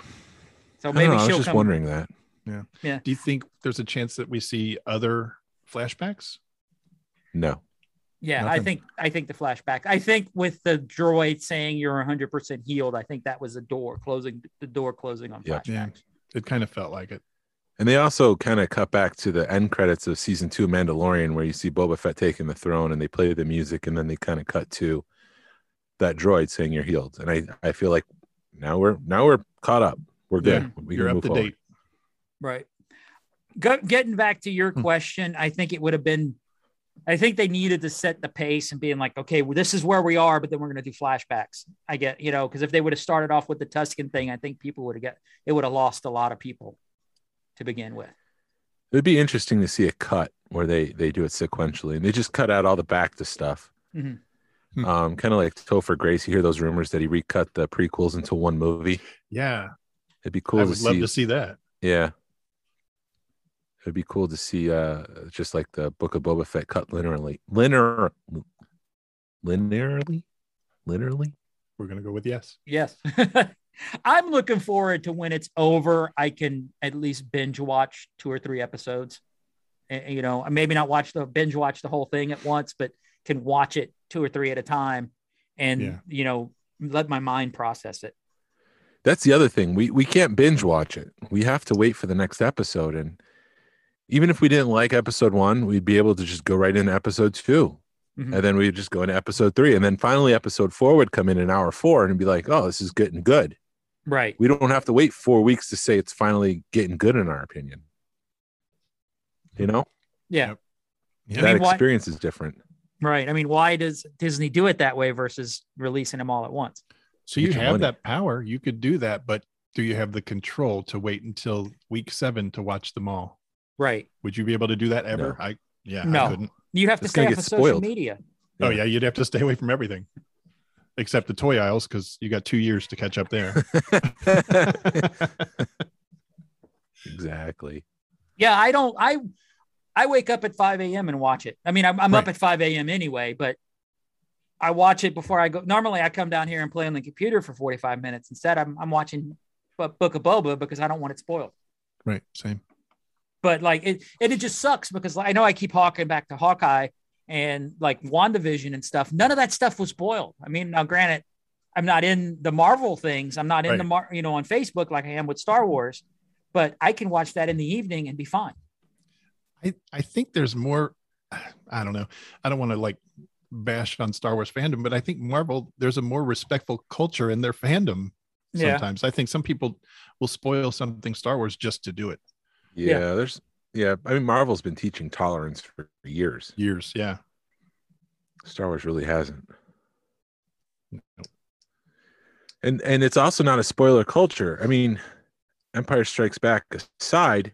S4: So
S5: I, don't
S4: maybe
S5: know, I was
S4: she'll
S5: just
S4: come.
S5: wondering that.
S6: Do you think there's a chance that we see other flashbacks?
S5: No.
S4: Yeah, I
S6: Nothing.
S4: think I think the flashback. I think with the droid saying you're 100 percent healed, I think that was the door closing, the door closing on
S5: Yep.
S4: flashbacks.
S6: Yeah. It kind of felt like it.
S5: And they also kind of cut back to the end credits of season two, Mandalorian, where you see Boba Fett taking the throne and they play the music and then they kind of cut to that droid saying you're healed. And I, I feel like now we're now we're caught up. We're good.
S6: Yeah,
S5: we can
S6: You're up
S5: move
S6: to
S5: forward.
S6: date.
S4: Right. Go, getting back to your
S6: Hmm.
S4: question, I think it would have been, I think they needed to set the pace and being like, okay, well, this is where we are, but then we're going to do flashbacks. I get, you know, because if they would have started off with the Tuscan thing, I think people would have got, it would have lost a lot of people to begin with.
S5: It would be interesting to see a cut where they they do it sequentially and they just cut out all the back to stuff.
S4: Mhm.
S6: Hmm.
S5: Um, kind of like Topher Grace. You hear those rumors that he recut the prequels into one movie.
S6: Yeah.
S5: It'd be cool
S6: I
S5: to
S6: would love
S5: see.
S6: to see that.
S5: Yeah. It'd be cool to see uh just like the Book of Boba Fett cut linearly. Linear linearly? Linearly?
S6: We're going to go with yes.
S4: Yes. I'm looking forward to when it's over. I can at least binge watch two or three episodes. And, you know, maybe not watch the binge watch the whole thing at once, but can watch it two or three at a time and,
S6: Yeah.
S4: you know, let my mind process it.
S5: That's the other thing. We we can't binge watch it. We have to wait for the next episode. And even if we didn't like episode one, we'd be able to just go right into episode 2
S4: Mhm.
S5: And then we'd just go into episode three. And then finally episode four would come in an hour four and be like, oh, this is getting good.
S4: Right.
S5: We don't have to wait four weeks to say it's finally getting good in our opinion. You know?
S4: Yeah.
S6: Yep. Yeah.
S5: that
S4: mean, why-
S5: experience is different.
S4: Right. I mean, why does Disney do it that way versus releasing them all at once?
S6: So
S5: Get
S6: you
S5: your
S6: have
S5: money.
S6: that power. You could do that, but do you have the control to wait until week seven to watch them all?
S4: Right.
S6: Would you be able to do that ever?
S5: No.
S6: I yeah,
S4: No.
S6: I couldn't.
S4: You have to
S5: It's
S4: stay
S5: gonna
S4: off
S5: get
S4: of social
S5: spoiled.
S4: media.
S6: Oh
S5: Yeah.
S6: yeah, you'd have to stay away from everything. Except the toy aisles, because you got two years to catch up there.
S5: exactly.
S4: Yeah, I don't. I I wake up at five a.m. and watch it. I mean, I'm, I'm up
S6: Right.
S4: at five a.m. anyway, but I watch it before I go. Normally, I come down here and play on the computer for forty five minutes. Instead, I'm I'm watching Bu- Book of Boba because I don't want it spoiled.
S6: right. Same.
S4: But like it, it, it just sucks because like, I know I keep hawking back to Hawkeye and like WandaVision and stuff. None of that stuff was spoiled. I mean, now granted, I'm not in the Marvel things. I'm not in
S6: Right.
S4: the Mar- you know on Facebook like I am with Star Wars, but I can watch that in the evening and be fine.
S6: I, I think there's more I don't know. I don't want to like bash on Star Wars fandom, but I think Marvel, there's a more respectful culture in their fandom sometimes. I think some people will spoil something Star Wars just to do it.
S5: Yeah, there's yeah, I mean Marvel's been teaching tolerance for years.
S6: Years. Yeah.
S5: Star Wars really hasn't. And and it's also not a spoiler culture. I mean, Empire Strikes Back aside,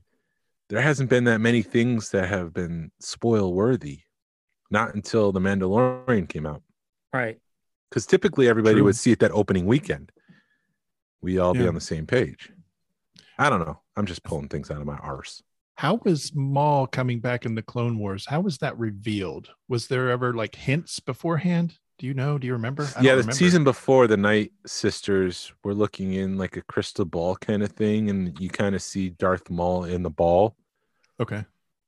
S5: there hasn't been that many things that have been spoil worthy. Not until The Mandalorian came out.
S4: Right.
S5: because typically everybody
S6: True.
S5: would see it that opening weekend. We all be
S6: Yeah.
S5: on the same page. I don't know. I'm just pulling things out of my arse.
S6: How was Maul coming back in the Clone Wars? How was that revealed? Was there ever like hints beforehand? Do you know? Do you remember? I don't
S5: Yeah, the
S6: remember.
S5: season before, the Night Sisters were looking in like a crystal ball kind of thing, and you kind of see Darth Maul in the ball.
S6: Okay.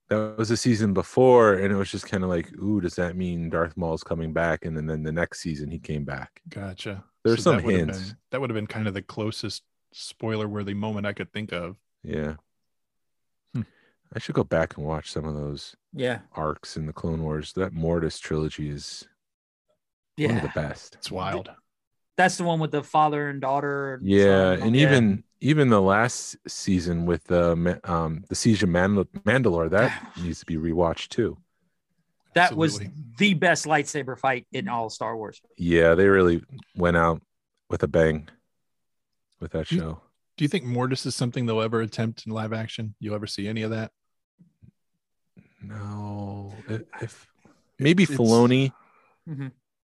S5: That was the season before, and it was just kind of like, ooh, does that mean Darth Maul's coming back? And then, then the next season he came back.
S6: Gotcha.
S5: There's some
S6: that would have
S5: hints.
S6: Been, that would have been kind of the closest spoiler worthy moment I could think of.
S5: Yeah.
S6: Hmm.
S5: I should go back and watch some of those
S4: Yeah.
S5: arcs in the Clone Wars. That Mortis trilogy is one of
S4: Yeah.
S5: the best.
S6: It's wild.
S4: That's the one with the father and daughter. and
S5: Yeah,
S4: son.
S5: and
S4: Yeah.
S5: even even the last season with the Ma- um the Siege of Mandal- Mandalore that needs to be rewatched too.
S4: that was
S6: Absolutely.
S4: the best lightsaber fight in all of Star Wars.
S5: Yeah, they really went out with a bang with that
S6: Hmm.
S5: show.
S6: Do you think Mortis is something they'll ever attempt in live action? You'll ever see any of that?
S5: No, i- if maybe
S6: It's-
S5: Filoni,
S4: Mhm.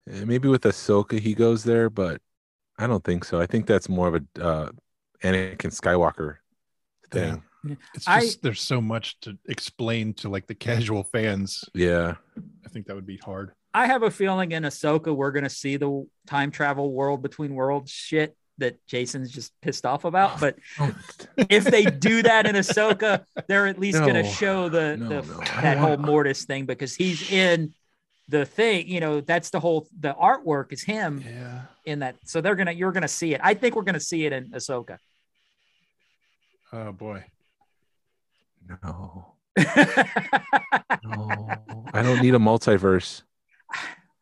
S5: eh, maybe with Ahsoka he goes there, but I don't think so. I think that's more of a uh, Anakin Skywalker
S6: Yeah.
S5: thing.
S6: It's
S4: I-
S6: just there's so much to explain to like the casual fans.
S5: Yeah.
S6: I think that would be hard.
S4: I have a feeling in Ahsoka we're gonna see the time travel world between worlds shit that Jason's just pissed off about. But if they do that in Ahsoka, they're at least gonna
S5: No.
S4: show the,
S5: No,
S4: the
S5: no.
S4: that whole Mortis thing because he's in the thing. You know, that's the whole the artwork is him
S6: Yeah.
S4: in that. So they're gonna you're gonna see it. I think we're gonna see it in Ahsoka.
S6: Oh boy.
S5: No. No. I don't need a multiverse.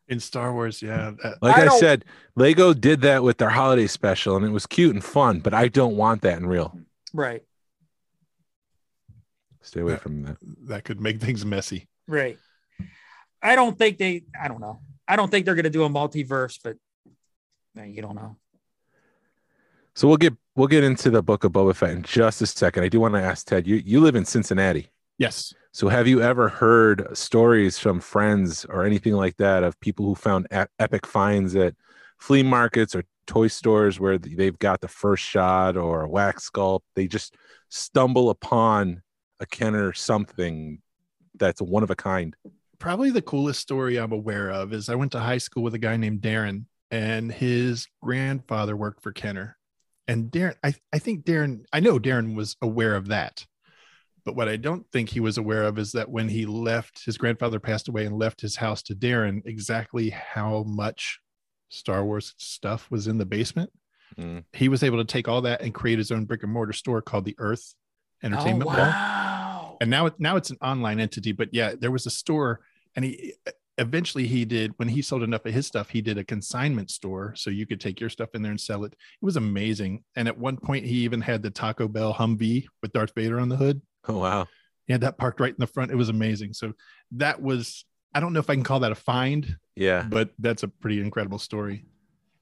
S6: In Star Wars, yeah. that-
S5: Like
S4: I
S5: I,
S4: don't-
S5: said, Lego did that with their holiday special and it was cute and fun, but I don't want that in real.
S4: right.
S5: Stay away
S6: Yeah.
S5: from that.
S6: that could make things messy.
S4: Right. I don't think they. I don't know. I don't think they're gonna do a multiverse, but man, you don't know.
S5: So we'll get we'll get into the book of Boba Fett in just a second. I do want to ask Ted, you you live in Cincinnati.
S6: Yes.
S5: So, have you ever heard stories from friends or anything like that of people who found e- epic finds at flea markets or toy stores where th- they've got the first shot or a wax sculpt? They just stumble upon a Kenner or something that's one of a kind.
S6: Probably the coolest story I'm aware of is I went to high school with a guy named Darren, and his grandfather worked for Kenner. And Darren, I, I think Darren, I know Darren was aware of that. But what I don't think he was aware of is that when he left, his grandfather passed away and left his house to Darren, exactly how much Star Wars stuff was in the basement.
S5: Mm.
S6: He was able to take all that and create his own brick and mortar store called the Earth Entertainment
S4: oh,
S6: Mall.
S4: wow.
S6: and now it, now it's an online entity but yeah there was a store and he eventually he did when he sold enough of his stuff he did a consignment store so you could take your stuff in there and sell it it was amazing and at one point he even had the taco bell humvee with darth vader on the hood
S5: Oh, wow.
S6: he had that parked right in the front it was amazing so that was i don't know if i can call that a find
S5: Yeah.
S6: but that's a pretty incredible story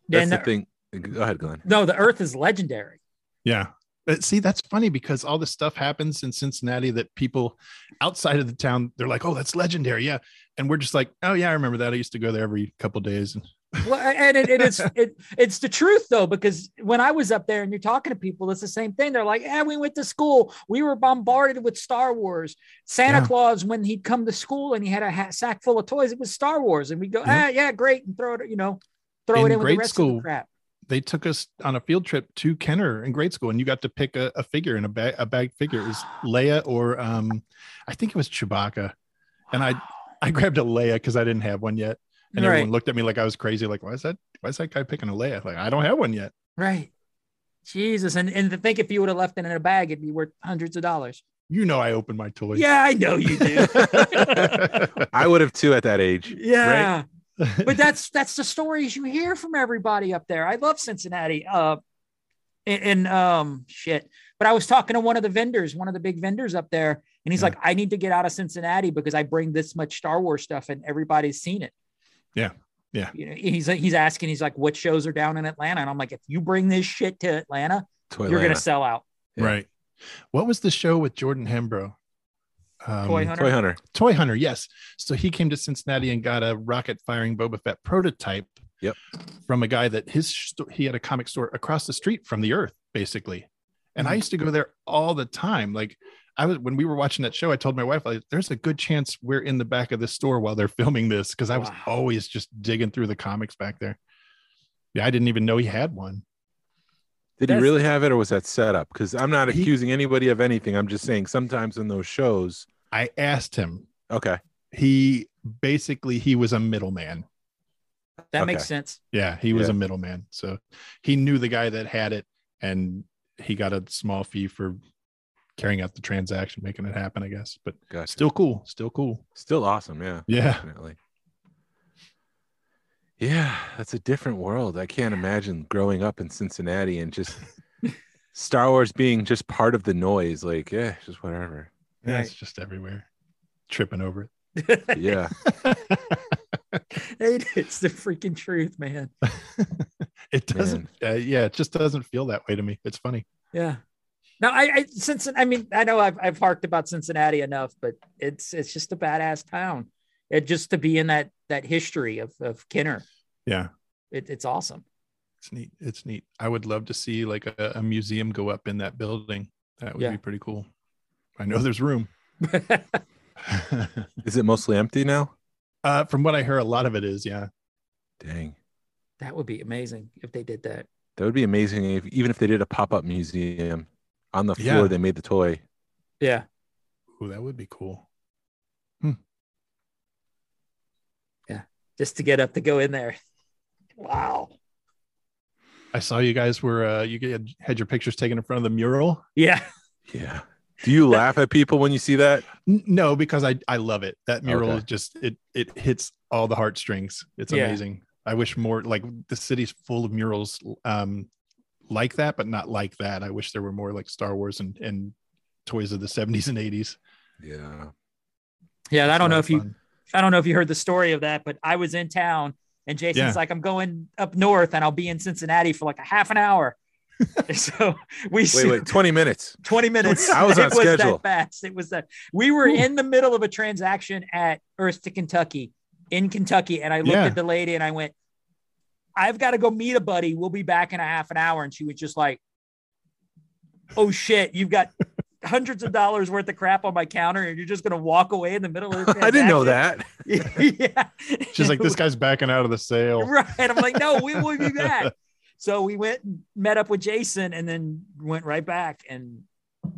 S5: That's
S4: And
S5: the
S4: the-
S5: thing. Go ahead, Glenn.
S4: No, the Earth is legendary.
S6: yeah but see that's funny because all this stuff happens in cincinnati that people outside of the town they're like oh that's legendary yeah and we're just like oh yeah i remember that i used to go there every couple days and
S4: Well, and it, it is it, it's the truth though, because when I was up there and you're talking to people, it's the same thing. They're like, "Yeah, we went to school. We were bombarded with Star Wars. Santa
S6: Yeah.
S4: Claus, when he'd come to school and he had a ha- sack full of toys, it was Star Wars." And we go,
S6: Yeah.
S4: "Ah, yeah, great," and throw it, you know, throw
S6: In
S4: it in with the
S6: grade
S4: rest of
S6: school,
S4: the crap.
S6: they took us on a field trip to kenner in grade school and you got to pick a, a figure and a bag a bag figure it was leia or um i think it was chewbacca and i i grabbed a leia because i didn't have one yet and
S4: right,
S6: everyone looked at me like i was crazy like why is that why is that guy picking a leia like i don't have one yet
S4: right. Jesus, and and to think if you would have left it in a bag, it'd be worth hundreds of dollars.
S6: you know i opened my toy
S4: Yeah, I know you do.
S5: I would have too at that age.
S4: yeah. but that's that's the stories you hear from everybody up there. I love Cincinnati. Uh, and, and, um, shit. But I was talking to one of the vendors, one of the big vendors up there, and he's
S6: Yeah.
S4: like, "I need to get out of Cincinnati because I bring this much Star Wars stuff, and everybody's seen it."
S6: Yeah. Yeah.
S4: You know, he's he's asking, he's like, "What shows are down in Atlanta?" And I'm like, "If you bring this shit to Atlanta,
S5: Toy
S4: you're
S5: Lana.
S4: gonna sell out."
S5: Yeah.
S6: Right. What was the show with Jordan Hembro? Um,
S4: Toy Hunter.
S5: Toy Hunter.
S6: Toy Hunter, yes. So he came to Cincinnati and got a rocket firing Boba Fett prototype.
S5: Yep.
S6: From a guy that his sto- he had a comic store across the street from the Earth, basically. And I used to go there all the time. Like I was when we were watching that show, I told my wife, like, "There's a good chance we're in the back of the store while they're filming this," because I was
S4: Wow.
S6: always just digging through the comics back there. Yeah, I didn't even know he had one.
S5: Did
S4: That's-
S5: he really have it, or was that set up? Because I'm not
S6: He-
S5: accusing anybody of anything. I'm just saying sometimes in those shows.
S6: I asked him
S5: Okay.
S6: he basically he was a middleman
S4: That
S5: Okay.
S4: makes sense.
S6: yeah he was
S5: Yeah.
S6: a middleman so he knew the guy that had it and he got a small fee for carrying out the transaction making it happen i guess but
S5: Gotcha.
S6: still cool still cool
S5: Still awesome, yeah,
S6: yeah
S5: definitely. Yeah, that's a different world. I can't imagine growing up in Cincinnati and just Star Wars being just part of the noise. Like, yeah, just whatever.
S6: yeah it's just everywhere tripping over it
S5: Yeah,
S4: it's the freaking truth, man.
S6: it doesn't uh, yeah it just doesn't feel that way to me it's funny
S4: Yeah. Now I, I since I mean I know I've I've harked about Cincinnati enough, but it's it's just a badass town. It just to be in that that history of of Kenner,
S6: yeah
S4: it, it's awesome.
S6: it's neat it's neat i would love to see like a, a museum go up in that building that would
S4: Yeah.
S6: be pretty cool I know there's room.
S5: Is it mostly empty now?
S6: uh, from what I hear, a lot of it is. Yeah.
S5: Dang,
S4: That would be amazing if they did that.
S5: that would be amazing. If, even if they did a pop up museum on the floor,
S6: Yeah.
S5: they made the toy.
S4: Yeah.
S6: Ooh, that would be cool.
S4: Just to get up to go in there. Wow.
S6: I saw you guys were uh, you had- had your pictures taken in front of the mural.
S4: Yeah.
S5: Yeah. Do you laugh at people when you see that?
S6: N- No, because I I love it. That mural
S5: Okay.
S6: is just it it hits all the heartstrings. It's
S4: Yeah.
S6: amazing. I wish more like the city's full of murals um like that, but not like that. I wish there were more like Star Wars and and toys of the 70s and 80s.
S5: Yeah.
S4: Yeah. and I
S6: It's
S4: don't
S6: a lot
S4: know
S6: of
S4: if you
S6: fun.
S4: I don't know if you heard the story of that, but I was in town and Jason's
S6: Yeah.
S4: like, I'm going up north and I'll be in Cincinnati for like a half an hour. so we
S5: Wait, wait, 20 minutes.
S4: 20 minutes.
S5: I was
S4: it
S5: on
S4: was
S5: schedule.
S4: that fast. It was that we were in the middle of a transaction at Earth to Kentucky in Kentucky. And I looked
S6: Yeah.
S4: at the lady and I went, I've got to go meet a buddy. We'll be back in a half an hour. And she was just like, Oh shit, you've got hundreds of dollars worth of crap on my counter and you're just going to walk away in the middle of the
S5: I didn't know
S4: transaction?"
S5: that.
S4: yeah.
S6: She's like, this guy's backing out of the sale.
S4: Right. I'm like, no, we will be back. So we went and met up with Jason and then went right back and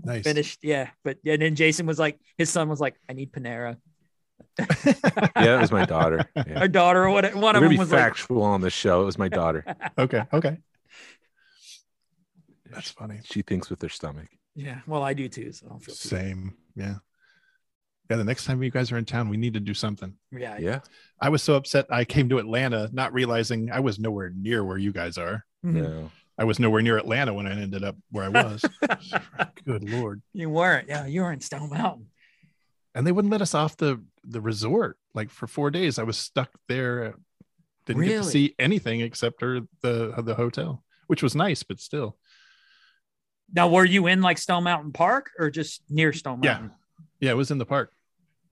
S6: Nice.
S4: finished. Yeah. But and then Jason was like, his son was like, I need Panera.
S5: Yeah, it was my daughter. Yeah.
S4: Our daughter or whatever. One
S5: We're
S4: of
S5: gonna
S4: them
S5: be
S4: was
S5: factual on this show. It was my daughter.
S6: Okay. Okay. That's funny.
S5: She thinks with her stomach.
S4: like, yeah, well, I do too. So I don't feel too
S6: Same. Yeah. Yeah. The next time you guys are in town, we need to do something.
S4: Yeah.
S5: Yeah.
S6: I was so upset. I came to Atlanta not realizing I was nowhere near where you guys are.
S4: Mhm.
S5: No.
S6: I was nowhere near Atlanta when I ended up where I was. Good lord.
S4: You weren't. Yeah. You were in Stone Mountain.
S6: And they wouldn't let us off the the resort like for 4 days. I was stuck there. uh, Didn't get to
S4: Really?
S6: see anything except her the the hotel, which was nice but still.
S4: Now, were you in like Stone Mountain Park or just near Stone
S6: Yeah.
S4: Mountain?
S6: Yeah, it was in the park.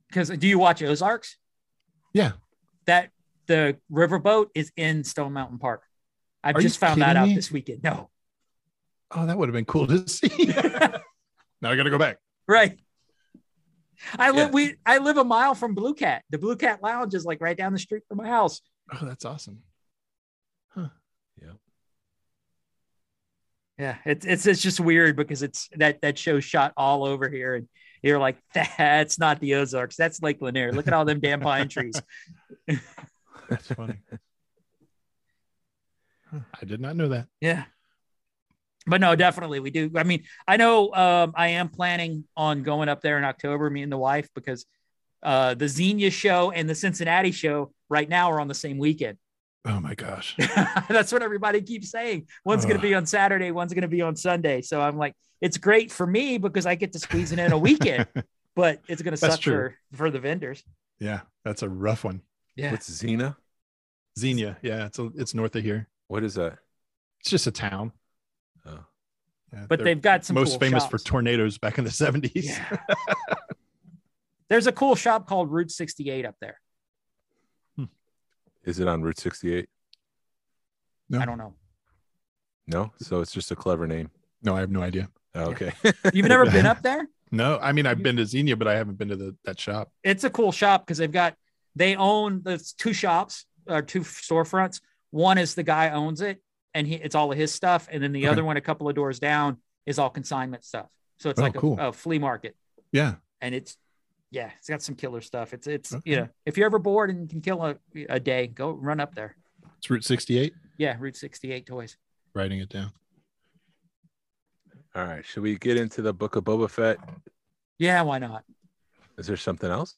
S4: Because do you watch Ozarks?
S6: Yeah.
S4: That the riverboat is in Stone Mountain Park. I've
S6: Are you
S4: just found that
S6: kidding
S4: out
S6: me?
S4: this weekend. No.
S6: Oh, that would have been cool to see. now I got to go back.
S4: Right. I
S5: Yeah.
S4: live we I live a mile from Blue Cat. The Blue Cat Lounge is like right down the street from my house.
S6: Oh, that's awesome.
S4: Yeah, it's it's it's just weird because it's that that show shot all over here, and you're like, that's not the Ozarks, that's Lake Lanier. Look at all them damn pine trees.
S6: That's funny. Huh, I did not know that.
S4: Yeah. But no, definitely we do. I mean, I know um, I am planning on going up there in October, me and the wife, because uh, the Xenia show and the Cincinnati show right now are on the same weekend.
S6: Oh my gosh.
S4: That's what everybody keeps saying. One's going to
S6: Ugh.
S4: be on Saturday, one's going to be on Sunday. So I'm like, it's great for me because I get to squeeze it in a weekend, but it's going to
S6: That's
S4: suck
S6: true.
S4: for, for the vendors.
S6: Yeah, that's a rough one.
S4: Yeah.
S5: What's Xena?
S6: Xenia. Yeah, it's a, it's north of here.
S5: What is that?
S6: It's just a town.
S5: Oh.
S6: Yeah,
S4: but
S6: they're
S4: they've got some
S6: most
S4: cool
S6: famous for
S4: shops.
S6: tornadoes back in the 70s.
S4: Yeah. There's a cool shop called Route 68 up there.
S5: Is it on Route 68?
S6: No.
S4: I don't know.
S5: No. So it's just a clever name.
S6: No, I have no idea.
S5: Oh, okay.
S4: You've never been up there?
S6: No, I mean I've been to Xenia, but I haven't been to the, that shop.
S4: it's a cool shop because they've got they own there's two shops or two storefronts. One is the guy owns it and he it's all of his stuff, and then the
S6: Okay.
S4: other one a couple of doors down is all consignment stuff. So it's
S6: Oh,
S4: like a,
S6: cool.
S4: a flea market,
S6: Yeah.
S4: and it's yeah, it's got some killer stuff. It's it's
S6: Okay.
S4: you know if you're ever bored and can kill a, a day, go run up there.
S6: It's Route 68.
S4: Yeah, Route 68 toys.
S6: Writing it down.
S5: All right. Should we get into the book of Boba Fett?
S4: Yeah, why not?
S5: Is there something else?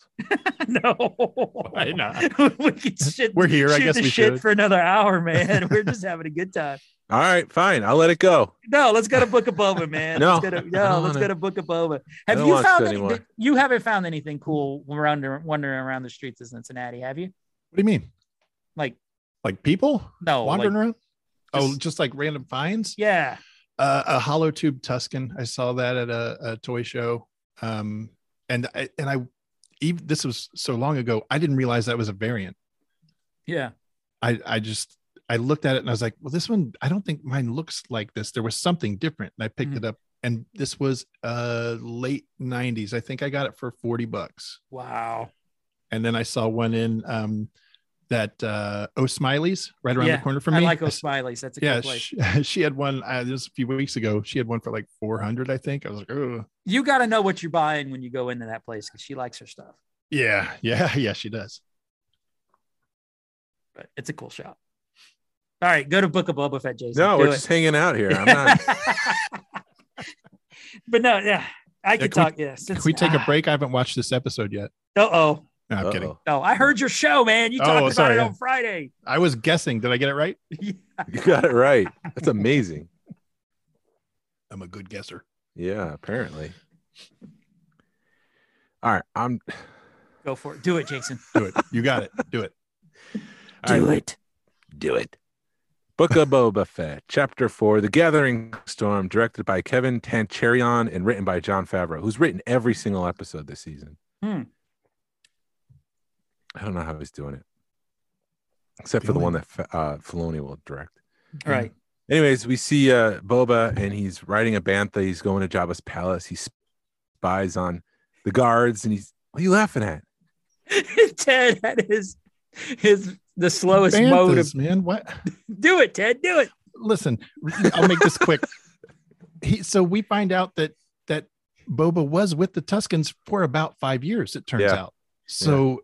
S4: no,
S6: Why not?
S4: we can shit,
S6: We're here. I
S4: shoot
S6: guess
S4: the
S6: we
S4: shit
S6: should.
S4: for another hour, man. We're just having a good time.
S5: All right, fine. I'll let it go.
S4: No, let's go to Book of Boba, man.
S5: No,
S4: let's go
S5: I
S4: to,
S5: don't
S4: no, let's
S5: wanna-
S4: go to Book of Boba.
S5: I
S4: Have
S5: don't
S4: you
S5: want
S4: found
S5: to
S4: any,
S5: anymore.
S4: you haven't found anything cool around wandering around the streets of Cincinnati, have you?
S6: What do you mean?
S4: Like
S6: Like people
S4: no,
S6: wandering
S4: like,
S6: around? oh,
S4: just-
S6: just like random finds?
S4: yeah,
S6: uh, a hollow tube Tuscan. I saw that at a, a toy show. Um, and I, and I, even this was so long ago, I didn't realize that was a variant.
S4: yeah,
S6: I, I just, I looked at it and I was like, well, this one, I don't think mine looks like this. There was something different. And I picked
S4: Mhm.
S6: it up and this was uh late 90s. I think I got it for 40 bucks.
S4: Wow.
S6: And then I saw one in um that uh O'Smiley's right around
S4: Yeah,
S6: the corner from
S4: I
S6: me.
S4: like
S6: I s-
S4: O'Smiley's. That's a
S6: Yeah,
S4: good place.
S6: she, she had one uh, just a few weeks ago. She had one for like 400, I think. I was like, oh,
S4: you got to know what you're buying when you go into that place because she likes her stuff.
S6: yeah, yeah, yeah, she does.
S4: But it's a cool shop. All right, go to Book of Boba Fett, Jason.
S5: No,
S4: Do
S5: we're
S4: it.
S5: just hanging out here. I'm not.
S4: but no, yeah, I could
S6: can we-
S4: talk. Yes,
S6: Can we take a break? I haven't watched this episode yet.
S4: Uh oh.
S6: No, I'm kidding.
S5: Uh-oh.
S4: Oh, I heard your show, man. You
S6: Oh,
S4: talked about
S6: sorry,
S4: it
S6: yeah.
S4: on Friday.
S6: I was guessing. Did I get it right?
S5: You got it right. That's amazing.
S6: I'm a good guesser.
S5: Yeah, apparently. All right, I'm.
S4: Go for it. Do it, Jason.
S6: Do it. You got it. Do it.
S5: all right.
S4: it.
S5: Do it. Book of Boba Fett, Chapter 4, The Gathering Storm, directed by Kevin Tancherion and written by John Favreau, who's written every single episode this season.
S4: Hmm.
S5: I don't know how he's doing it, except for the one that Fa- uh, Filoni will direct.
S4: All right.
S5: Anyways, we see uh, Boba and he's riding a bantha. He's going to Jabba's palace. He spies on the guards and he's, what are you laughing at?
S4: Ted had his his the slowest mode of
S6: Banthas, man. What?
S4: do it, Ted. Do it.
S6: Listen, I'll make this quick. He, so we find out that that Boba was with the Tuscans for about five years. It turns
S5: Yeah.
S6: out. So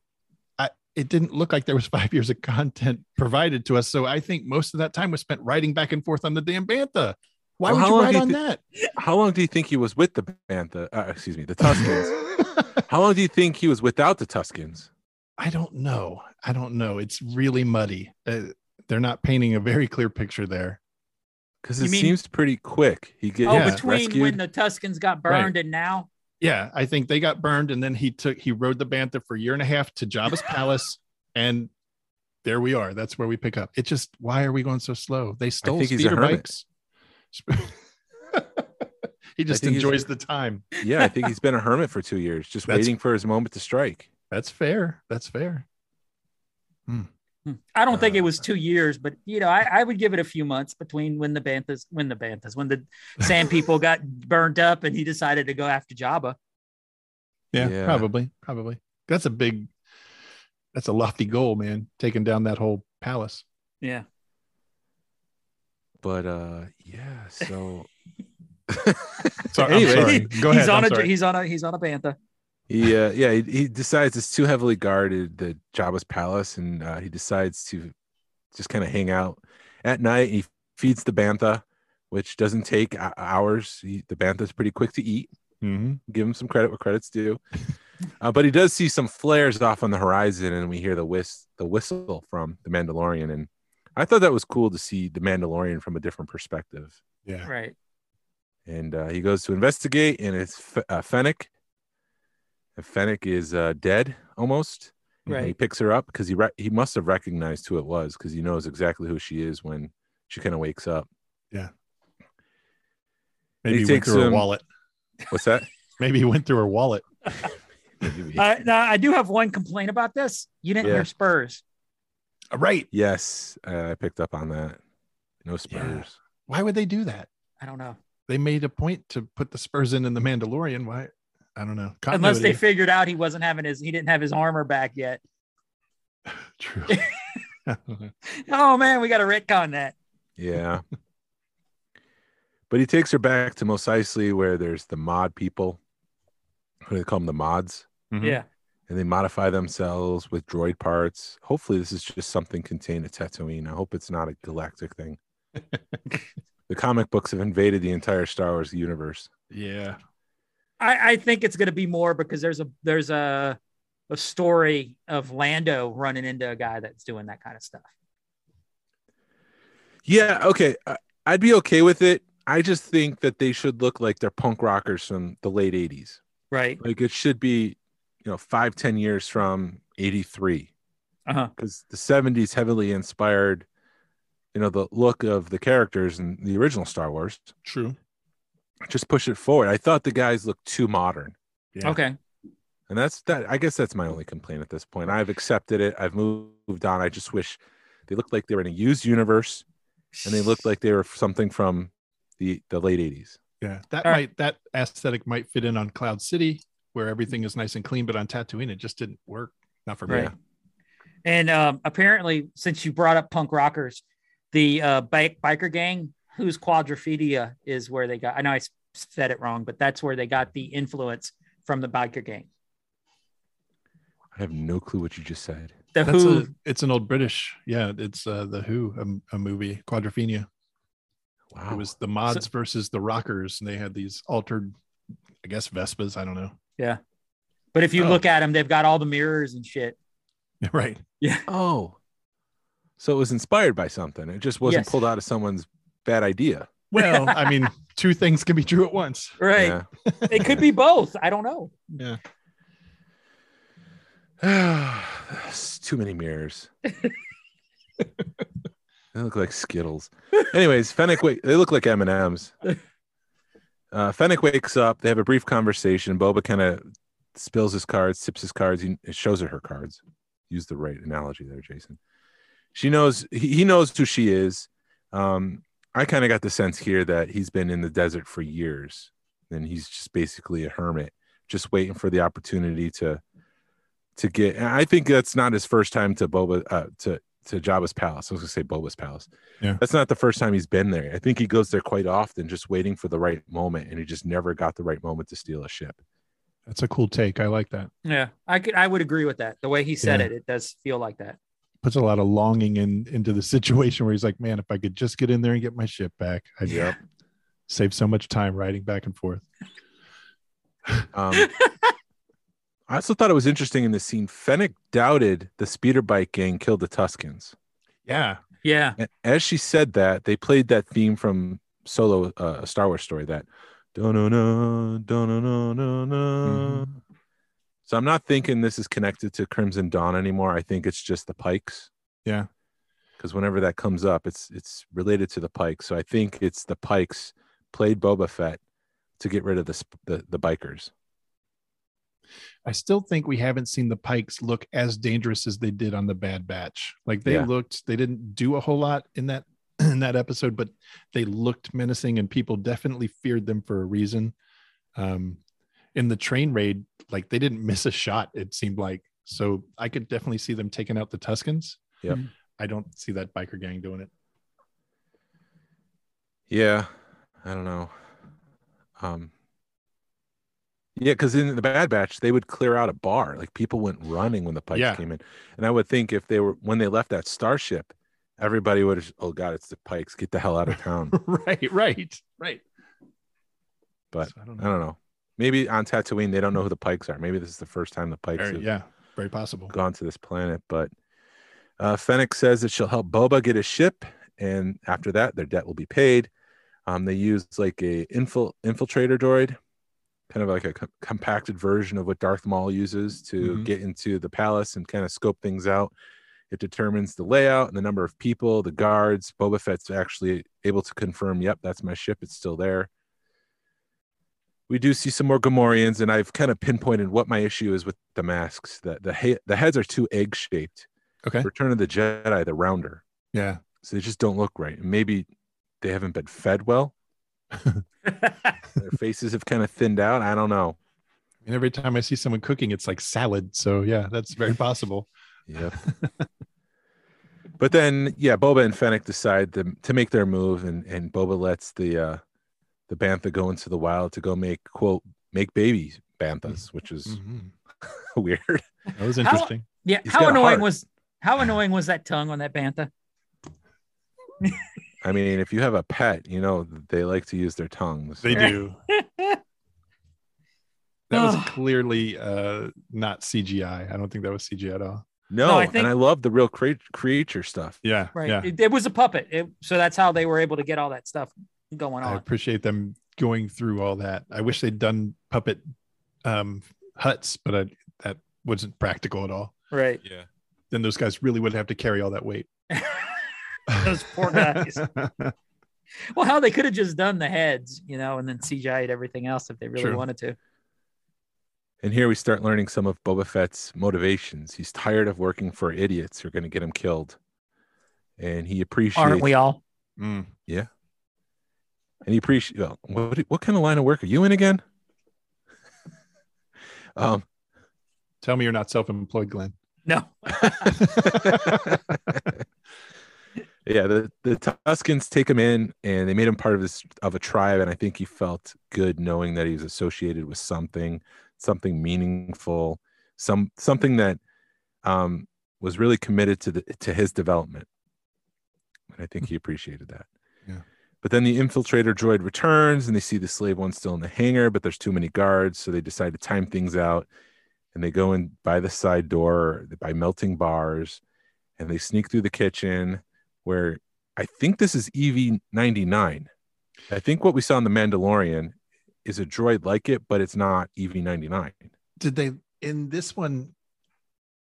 S6: I, it didn't look like there was five years of content provided to us. So I think most of that time was spent riding back and forth on the damn bantha. Why
S5: Well,
S6: would
S5: how
S6: you
S5: long
S6: ride
S5: do you
S6: on
S5: thi-
S6: that?
S5: How long do you think he was with the bantha? Uh, excuse me, the Tuscans. How long do you think he was without the Tuscans?
S6: I don't know. I don't know. It's really muddy. Uh, they're not painting a very clear picture there.
S5: Because
S4: You
S5: it
S4: mean-
S5: seems pretty quick. He gets
S4: Oh,
S6: Yeah.
S4: between
S5: rescued.
S4: when the Tuscans got
S6: Right.
S4: burned and now.
S6: Yeah, I think they got burned, and then he took he rode the bantha for a year and a half to Jabba's palace, and there we are. That's where we pick up. It just why are we going so slow? They stole
S5: think he's a
S6: speeder
S5: hermit.
S6: bikes. he just
S5: think he's-
S6: enjoys the time.
S5: yeah, I think he's been a hermit for two years, just
S6: That's-
S5: waiting for his moment to strike.
S6: That's fair. That's fair.
S4: Hmm. I don't think it was two years, but you know, I, I would give it a few months between when the Banthas, when the Banthas, when the Sand People got burned up, and he decided to go after Jabba.
S6: Yeah,
S5: Yeah.
S6: probably, probably. That's a big. That's a lofty goal, man. Taking down that whole palace.
S4: Yeah,
S5: But uh yeah, so
S6: So, I'm
S5: Anyway.
S6: sorry. Go
S4: he's
S6: ahead.
S4: on
S6: I'm
S4: a
S6: sorry.
S4: he's on a he's on a Bantha.
S5: he uh yeah, he, he decides it's too heavily guarded, the Jabba's palace, and uh, he decides to just kind of hang out at night. He feeds the bantha, which doesn't take ho- hours. He, the bantha's pretty quick to eat.
S6: Mhm.
S5: give him some credit where credit's due. Uh, but he does see some flares off on the horizon, and we hear the whist the whistle from the Mandalorian. And I thought that was cool to see the Mandalorian from a different perspective.
S6: Yeah.
S4: Right.
S5: And uh, he goes to investigate, and it's F- uh, Fennec. And Fennec is uh, dead almost. And He
S4: Right.
S5: picks her up because he re- he must have recognized who it was because he knows exactly who she is when she kind of wakes up.
S6: Maybe
S5: He
S6: he went
S5: takes
S6: through her
S5: him-
S6: wallet.
S5: What's that?
S6: Maybe he went through her wallet.
S4: Uh, now I do have one complaint about this. You didn't
S5: Yeah.
S4: hear Spurs.
S6: Uh, Right.
S5: yes, I picked up on that. No spurs.
S6: Why would they do that?
S4: I don't know.
S6: They made a point to put the Spurs in in the Mandalorian. Why? I don't know.
S4: Unless they
S6: Continuity.
S4: figured out he wasn't having his he didn't have his armor back yet.
S6: True.
S4: Oh man, we got to retcon that.
S5: Yeah. but he takes her back to Mos Eisley, where there's the mod people. What do they call them? The mods.
S6: Mhm.
S4: Yeah.
S5: And they modify themselves with droid parts. Hopefully, this is just something contained at Tatooine. I hope it's not a galactic thing. the comic books have invaded the entire Star Wars universe.
S6: Yeah.
S4: I, I think it's going to be more because there's a there's a a story of Lando running into a guy that's doing that kind of stuff.
S5: Yeah. Okay. I- I'd be okay with it. I just think that they should look like they're punk rockers from the late 80s.
S4: Right.
S5: Like it should be, you know, five, 10 years from 83.
S4: Uh huh.
S5: because the 70s heavily inspired you know the look of the characters in the original star wars
S6: True.
S5: just push it forward i thought the guys looked too modern
S6: Yeah.
S4: Okay.
S5: and that's that i guess that's my only complaint at this point i've accepted it i've moved on i just wish they looked like they were in a used universe and they looked like they were something from the the late 80s
S6: Yeah, that
S4: All
S6: might that aesthetic might fit in on Cloud City where everything is nice and clean, but on Tatooine it just didn't work. Not for me.
S5: Right.
S4: And um, apparently, since you brought up punk rockers, the uh, bike biker gang whose quadrophidia is where they got. I know I s- said it wrong, but that's where they got the influence from the biker gang.
S5: I have no clue what you just said.
S4: The
S6: That's
S4: Who,
S6: a, it's an old British. Yeah, it's uh, the Who, a, a movie, Quadrophenia.
S5: Wow.
S6: It was
S4: Oh.
S6: the mods versus the rockers, and they had these altered, I guess Vespas. I don't know.
S4: but if you
S6: oh.
S4: look at them, they've got all the mirrors and shit.
S6: right.
S5: oh. So it was inspired by something. It just wasn't
S4: Yes.
S5: pulled out of someone's bad idea.
S6: Well, I mean, two things can be true at once.
S4: Right.
S5: Yeah.
S4: They could be both. I don't know.
S5: It's too many mirrors. they look like Skittles. Anyways, Fennec wake. They look like M and M's. Uh, Fennec wakes up. They have a brief conversation. Boba kind of spills his cards, sips his cards. He it shows her her cards. Use the right analogy there, Jason. She knows. He, he knows who she is. Um, I kind of got the sense here that he's been in the desert for years, and he's just basically a hermit, just waiting for the opportunity to to get. And I think that's not his first time to Boba uh, to to Jabba's palace. I was gonna say Boba's palace.
S6: Yeah.
S5: That's not the first time he's been there. I think he goes there quite often, just waiting for the right moment, and he just never got the right moment to steal a ship.
S6: That's a cool take. I like that.
S4: Yeah, I could. I would agree with that. The way he said
S6: Yeah.
S4: it, it does feel like that.
S6: Puts a lot of longing in into the situation where he's like, man, if I could just get in there and get my ship back, I'd save so much time riding back and forth.
S5: Um, I also thought it was interesting in this scene. Fennec doubted the speeder bike gang killed the Tuscans.
S6: Yeah.
S4: Yeah.
S5: And as she said that, they played that theme from Solo, uh, a Star Wars story. That no no no no no no no. So I'm not thinking this is connected to Crimson Dawn anymore. I think it's just the Pikes.
S6: Yeah.
S5: Because whenever that comes up, it's it's related to the Pikes. So I think it's the Pikes played Boba Fett to get rid of the sp- the, the bikers.
S6: I still think we haven't seen the Pikes look as dangerous as they did on the Bad Batch. Like they
S5: Yeah.
S6: looked, they didn't do a whole lot in that in that episode, but they looked menacing, and people definitely feared them for a reason. Um, in the train raid, like they didn't miss a shot. It seemed like so. I could definitely see them taking out the Tuscans.
S5: Yep.
S6: I don't see that biker gang doing it.
S5: Yeah, I don't know. Um, yeah, because in the Bad Batch, they would clear out a bar. Like people went running when the pikes
S6: Yeah.
S5: came in, and I would think if they were when they left that starship, everybody would. have Oh God, it's the pikes! Get the hell out of town!
S6: right, right, right.
S5: But
S6: So I don't
S5: I
S6: know.
S5: don't know. Maybe on Tatooine they don't know who the pikes are. Maybe this is the first time the pikes
S6: Very-
S5: have
S6: yeah, very possible.
S5: gone to this planet. But uh, Fennec says that she'll help Boba get his ship, and after that, their debt will be paid. Um, they use like a infil- infiltrator droid, kind of like a com- compacted version of what Darth Maul uses to
S6: Mhm.
S5: get into the palace and kind of scope things out. It determines the layout and the number of people, the guards. Boba Fett's actually able to confirm, "Yep, that's my ship. It's still there." we do see some more Gamorreans, and I've kind of pinpointed what my issue is with the masks. That the he- the heads are too egg shaped.
S6: Okay.
S5: Return of the Jedi, the rounder,
S6: Yeah,
S5: so they just don't look right. And maybe they haven't been fed well. Their faces have kind of thinned out. I don't know.
S6: and every time I see someone cooking, it's like salad. So yeah, that's very possible.
S5: Yep. but then, yeah, Boba and Fennec decide to, to make their move, and, and Boba lets the uh, the bantha go into the wild to go make quote make baby banthas, which is
S6: Mm-hmm.
S5: weird.
S6: That was
S4: How-
S6: interesting.
S4: Yeah.
S5: He's
S4: how
S5: got a
S4: annoying
S5: heart.
S4: was how annoying was that tongue on that bantha?
S5: I mean, if you have a pet, you know they like to use their tongues.
S6: They do. That was
S4: Ugh.
S6: clearly uh, not CGI. I don't think that was CGI at all.
S5: No,
S4: I think-
S5: and I love the real crea- creature stuff.
S6: Yeah,
S4: Right.
S6: yeah.
S4: It, it was a puppet. It, so that's how they were able to get all that stuff going
S6: I
S4: on.
S6: appreciate them going through all that. I wish they'd done puppet um, huts, but I, that wasn't practical at all.
S4: right.
S5: Yeah.
S6: Then those guys really would have to carry all that weight.
S4: Those poor guys. well, how they could have just done the heads, you know, and then CGI'd everything else if they really
S6: True.
S4: wanted to.
S5: And here we start learning some of Boba Fett's motivations. He's tired of working for idiots who are going to get him killed, and he appreciates.
S4: Aren't we all?
S6: Mm.
S5: and he appreciate well, what what kind of line of work are you in again? um,
S6: Tell me you're not self-employed, Glenn.
S4: No.
S5: yeah, the, the Tuscans take him in and they made him part of this of a tribe, and I think he felt good knowing that he was associated with something, something meaningful, some something that um, was really committed to the to his development. And I think he appreciated that.
S6: Yeah.
S5: But then the infiltrator droid returns and they see the slave one still in the hangar, but there's too many guards, so they decide to time things out and they go in by the side door by melting bars and they sneak through the kitchen where I think this is EV99. I think what we saw in The Mandalorian is a droid like it, but it's not E EV99.
S6: Did they in this one?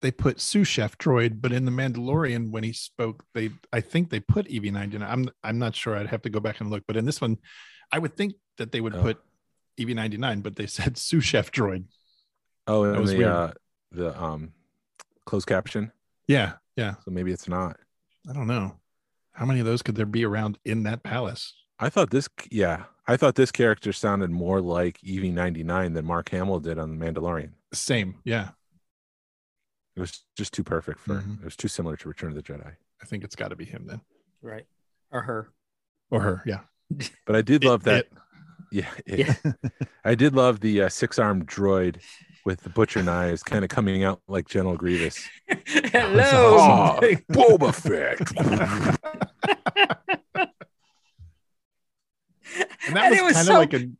S6: They put sous chef droid, but in the Mandalorian, when he spoke, they I think they put EV99. I'm I'm not sure. I'd have to go back and look. But in this one, I would think that they would
S5: Oh.
S6: put EV99, but they said sous chef droid.
S5: Oh, and
S6: That was
S5: the
S6: weird.
S5: uh, the um closed caption.
S6: Yeah, yeah.
S5: So maybe it's not.
S6: I don't know. How many of those could there be around in that palace?
S5: I thought this yeah, I thought this character sounded more like EV99 than Mark Hamill did on The Mandalorian.
S6: Same. Yeah.
S5: It was just too perfect for
S6: Mhm.
S5: it was too similar to Return of the Jedi.
S6: I think it's got to be him then
S4: Right. Or her.
S6: or her. Yeah.
S5: But I did
S6: It-
S5: love that.
S6: it-
S5: Yeah, it- I did love the uh, six-armed droid with the butcher knives, kind of coming out like General Grievous.
S4: Hello.
S5: Boba Fett.
S6: and
S4: And
S6: that was,
S4: it was
S6: kind of
S4: so-
S6: like a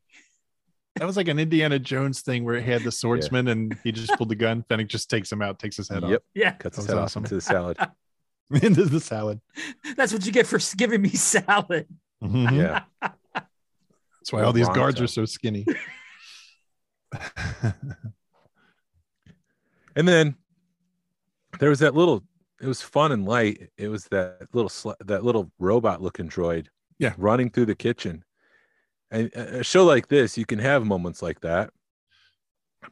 S6: that was like an Indiana Jones thing where he had the swordsman and he just pulled the gun. Fennec just takes him out, takes his head
S5: yep,
S4: yeah.
S5: cuts
S6: That
S5: his
S6: was
S5: head off
S6: awesome.
S5: into the salad.
S6: off into the salad.
S4: That's what you get for giving me salad.
S6: Mhm.
S5: Yeah,
S6: That's why all these
S5: Wrong
S6: guards
S5: job.
S6: are so skinny.
S5: and then there was that little. It was fun and light. It was that little sl- that little robot-looking droid.
S6: Yeah.
S5: running through the kitchen. And uh, a a show like this, you can have moments like that.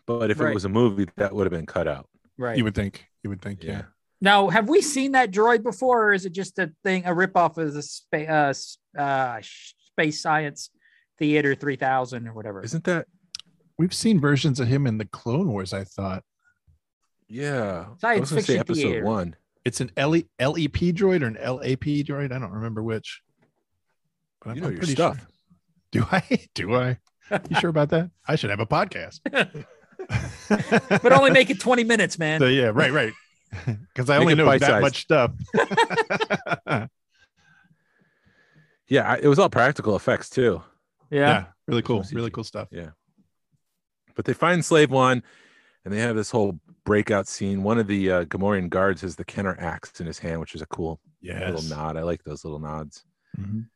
S5: But if
S4: Right.
S5: it was a movie, that would have been cut out.
S4: Right.
S6: you would think. You would think. Yeah.
S4: Now, have we seen that droid before, or is it just a thing, a ripoff of the spa- uh, s- uh, sh- Space Science Theater 3000 or whatever?
S5: Isn't that?
S6: We've seen versions of him in the Clone Wars. I thought
S5: Yeah, I was
S4: Science
S5: gonna say
S4: fiction
S5: episode
S4: theater.
S5: one.
S6: it's an E, LE- LEP droid or an LAP droid. I don't remember which. But
S5: You know your
S6: pretty
S5: stuff.
S6: sure. Do I? Do I? You sure about that? I should have a podcast.
S4: but only make it 20 minutes, man.
S6: So yeah, right, right. Because I
S5: Make
S6: only
S5: it
S6: know
S5: bite-sized.
S6: that much stuff.
S5: Yeah, I, it was all practical effects too.
S4: yeah.
S6: yeah, really cool,
S5: No CG.
S6: really cool stuff.
S5: But they find Slave One, and they have this whole breakout scene. One of the uh, Gamorrean guards has the Kenner axe in his hand, which is a cool
S6: Yes.
S5: little nod. I like those little nods.
S6: Mhm.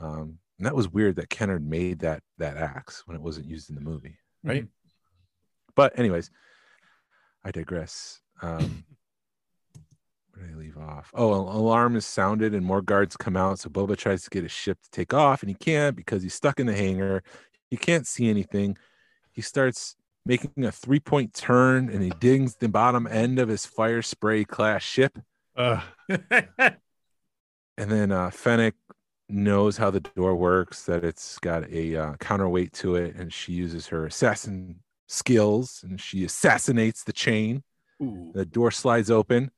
S5: Um, and that was weird that Kenner made that that axe when it wasn't used in the movie.
S6: Right.
S5: But anyways, I digress. Um, where did I leave off? Oh, an alarm is sounded and more guards come out. So Boba tries to get his ship to take off, and he can't because he's stuck in the hangar. He can't see anything. He starts making a three-point turn, and he dings the bottom end of his fire spray class ship.
S6: Uh,
S5: And then uh, Fennec knows how the door works, that it's got a uh, counterweight to it, and she uses her assassin skills and she assassinates the chain. The door slides open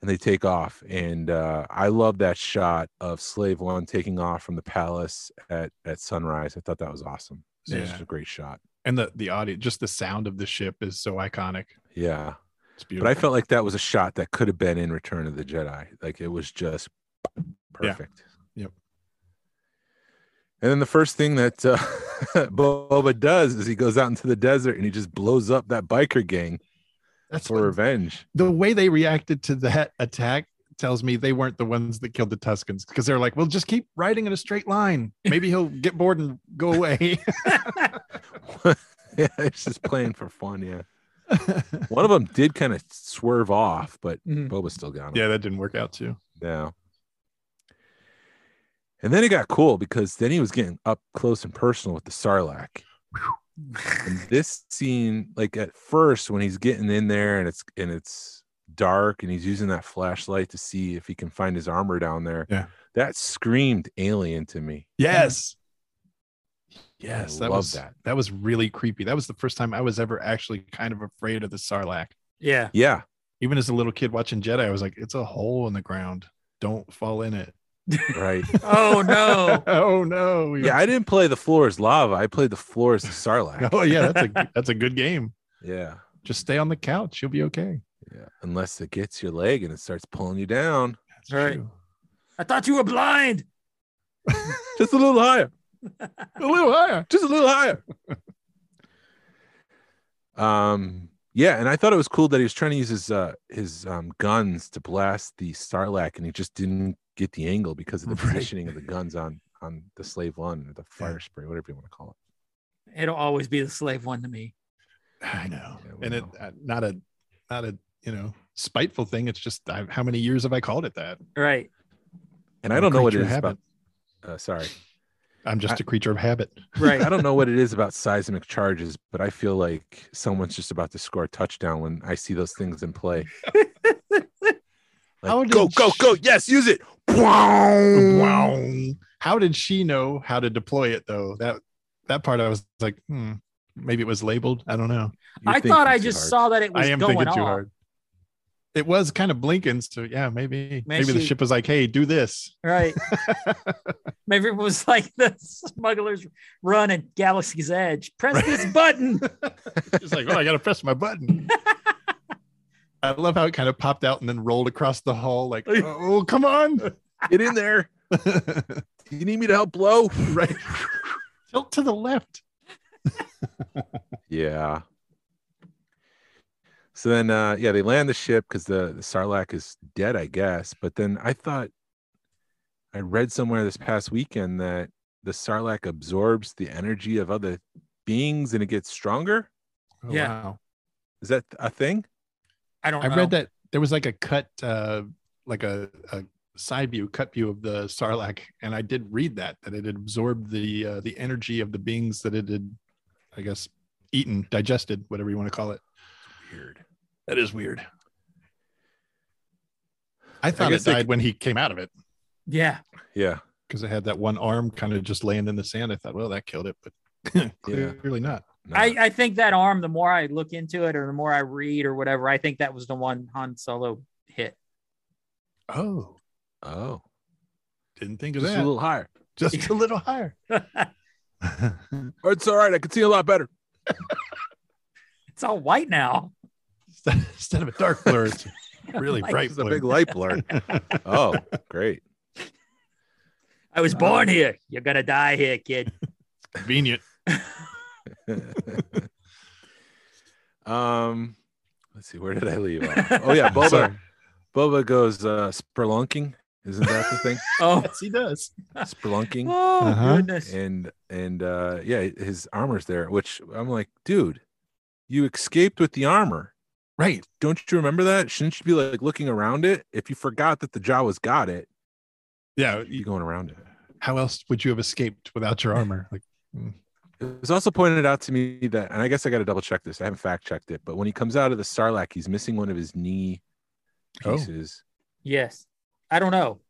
S5: and they take off. And uh, I love that shot of Slave One taking off from the palace at, at sunrise. I thought that was awesome. It was
S6: Yeah.
S5: just a great shot.
S6: and the the audio, just the sound of the ship is so iconic.
S5: Yeah.
S6: It's
S5: But
S6: beautiful.
S5: I felt like that was a shot that could have been in Return of the Jedi. Like it was just perfect.
S6: Yep.
S5: And then the first thing that uh, Boba does is he goes out into the desert and he just blows up that biker gang
S6: That's
S5: for
S6: what,
S5: revenge.
S6: the way they reacted to that attack tells me they weren't the ones that killed the Tuscans because they're like, well, just keep riding in a straight line. Maybe he'll get bored and go away.
S5: yeah, it's just playing for fun. Yeah. One of them did kind of swerve off, but
S4: Mhm.
S5: Boba still got him.
S6: yeah, that didn't work out too.
S5: No. And then it got cool because then he was getting up close and personal with the Sarlacc.
S4: Mm-hmm.
S5: And this scene, like at first, when he's getting in there and it's and it's dark and he's using that flashlight to see if he can find his armor down there.
S6: Yeah.
S5: That screamed alien to me.
S6: Yes. Yes,
S5: I
S6: that
S5: love
S6: was
S5: that.
S6: that was really creepy. That was the first time I was ever actually kind of afraid of the Sarlacc.
S4: Yeah.
S5: Yeah.
S6: Even as a little kid watching Jedi, I was like, "It's a hole in the ground. Don't fall in it."
S5: Right.
S4: Oh no.
S6: oh no! We-
S5: yeah. I didn't play the floor is lava. I played the floor is the Sarlacc.
S6: oh yeah. That's a that's a good game.
S5: Yeah.
S6: Just stay on the couch. You'll be okay.
S5: Yeah. Unless it gets your leg and it starts pulling you down
S6: That's
S4: Right. I thought you were blind.
S5: just a little higher.
S6: A little higher.
S5: just a little higher. um, yeah, and I thought it was cool that he was trying to use his uh his um guns to blast the Starlack, and he just didn't get the angle because of the
S6: Right.
S5: positioning of the guns on on the slave one or the fire spray, whatever you want to call
S4: It'll always be the slave one to me.
S6: I know.
S5: Yeah, we
S6: and it
S5: know.
S6: uh, not a not a you know spiteful thing. It's just I, how many years have I called it that?
S4: Right.
S5: it. And I
S6: I'm
S5: don't
S6: a
S5: know what it
S6: creature
S5: is
S6: of
S5: about.
S6: habit.
S5: Uh, sorry,
S6: I'm just
S5: I-
S6: a creature of habit.
S4: Right.
S5: I don't know what it is about seismic charges, but I feel like someone's just about to score a touchdown when I see those things in play. Like,
S6: How
S5: go,
S6: did
S5: go,
S6: sh-
S5: go! Yes, use it. Wow.
S6: Wow. How did she know how to deploy it though? That that part I was like, hmm, maybe it was labeled. I don't know.
S5: You're
S4: I thought
S5: thinking
S4: I
S5: too
S4: just
S5: hard.
S4: saw that it was
S6: I am
S4: going
S6: thinking
S4: on.
S6: too hard. It was kind of blinking, so yeah, maybe maybe, the
S4: she-
S6: ship was like, "Hey, do this."
S4: Right. Maybe it was like the smuggler's run at Galaxy's Edge. Press this button.
S6: She's like, "Oh, I gotta press my button." I love how it kind of popped out and then rolled across the hall, like, "Oh, come on!"
S5: Get in there. Do you need me to help blow?
S6: right, tilt to the left.
S5: Yeah. So then, uh, yeah, they land the ship because the, the Sarlacc is dead, I guess. But then I thought I read somewhere this past weekend that the Sarlacc absorbs the energy of other beings and it gets stronger.
S6: Oh,
S4: Yeah.
S6: wow.
S5: Is that a thing?
S4: I don't
S6: I
S4: know.
S6: read that there was like a cut, uh, like a, a side view, cut view of the Sarlacc, and I did read that that it had absorbed the uh, the energy of the beings that it had, I guess, eaten, digested, whatever you want to call it. Weird. That is weird. I thought
S5: guess
S6: it
S5: they
S6: died when he came out of it
S4: Yeah.
S5: Yeah.
S6: because it had that one arm kind of just laying in the sand. I thought, well, that killed it, but clearly not.
S5: No.
S4: I, I think that arm, the more I look into it or the more I read or whatever, I think that was the one Han Solo hit.
S6: Oh,
S5: oh,
S6: didn't think of
S5: just a
S6: that.
S5: little higher.
S6: just a little higher.
S4: it's
S5: Oh, it's all right. I can see a lot better.
S4: all white now.
S6: Instead of a dark blur, it's really
S4: Like,
S6: bright
S5: It's a
S6: blue.
S5: big light blur. oh, great.
S4: I was born here. You're going to die here, kid.
S6: Convenient.
S5: um, let's see, where did I leave off? Oh yeah, Boba.
S6: Sorry.
S5: Boba goes uh, spelunking. Isn't that the thing?
S4: Oh,
S6: Yes, he does.
S5: spelunking.
S4: oh
S6: Uh-huh.
S4: goodness.
S5: And and uh, yeah, his armor's there. Which I'm like, dude, you escaped with the armor.
S6: Right.
S5: Don't you remember that? Shouldn't you be like looking around it? If you forgot that the Jawas got it,
S6: Yeah.
S5: you
S6: you-
S5: going around it.
S6: How else would you have escaped without your armor? Like,
S5: It was also pointed out to me that, and I guess I got to double check this. I haven't fact checked it, but when he comes out of the Sarlacc, he's missing one of his knee
S6: Oh.
S5: pieces.
S4: Yes. I don't know.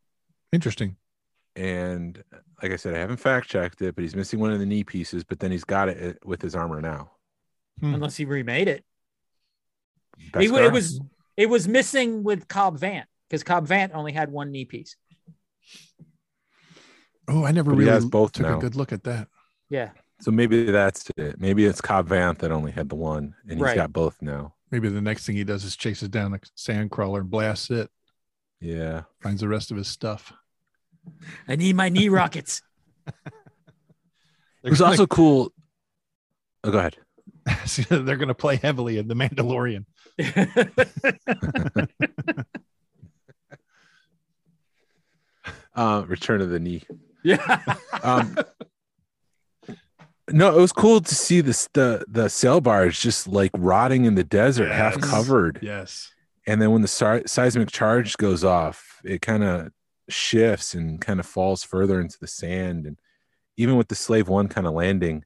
S6: interesting.
S5: and like I said, I haven't fact checked it, but he's missing one of the knee pieces. But then he's got it uh, with his armor now.
S6: Hmm.
S4: Unless he remade it.
S5: Beskar?
S4: He, it was it was missing with Cobb Vant because Cobb Vant only had one knee piece.
S6: Oh, I never
S5: But he
S6: really
S5: has both
S6: took
S5: now.
S6: a good look at that.
S4: Yeah.
S5: so maybe that's it. Maybe it's Cobb Vanth that only had the one, and he's
S4: Right.
S5: got both now.
S6: Maybe the next thing he does is chases down a sand crawler and blasts it,
S5: Yeah,
S6: finds the rest of his stuff.
S4: I need my knee rockets.
S5: it was also cool. Oh, go ahead.
S6: also they're going to play heavily in the Mandalorian.
S5: Uh, Return of the Knee.
S4: yeah.
S5: Um, no, it was cool to see this the the sail barge just like rotting in the desert, half
S6: Yes.
S5: covered.
S6: Yes.
S5: and then when the sar- seismic charge goes off it kind of shifts and kind of falls further into the sand and even with the slave one kind of landing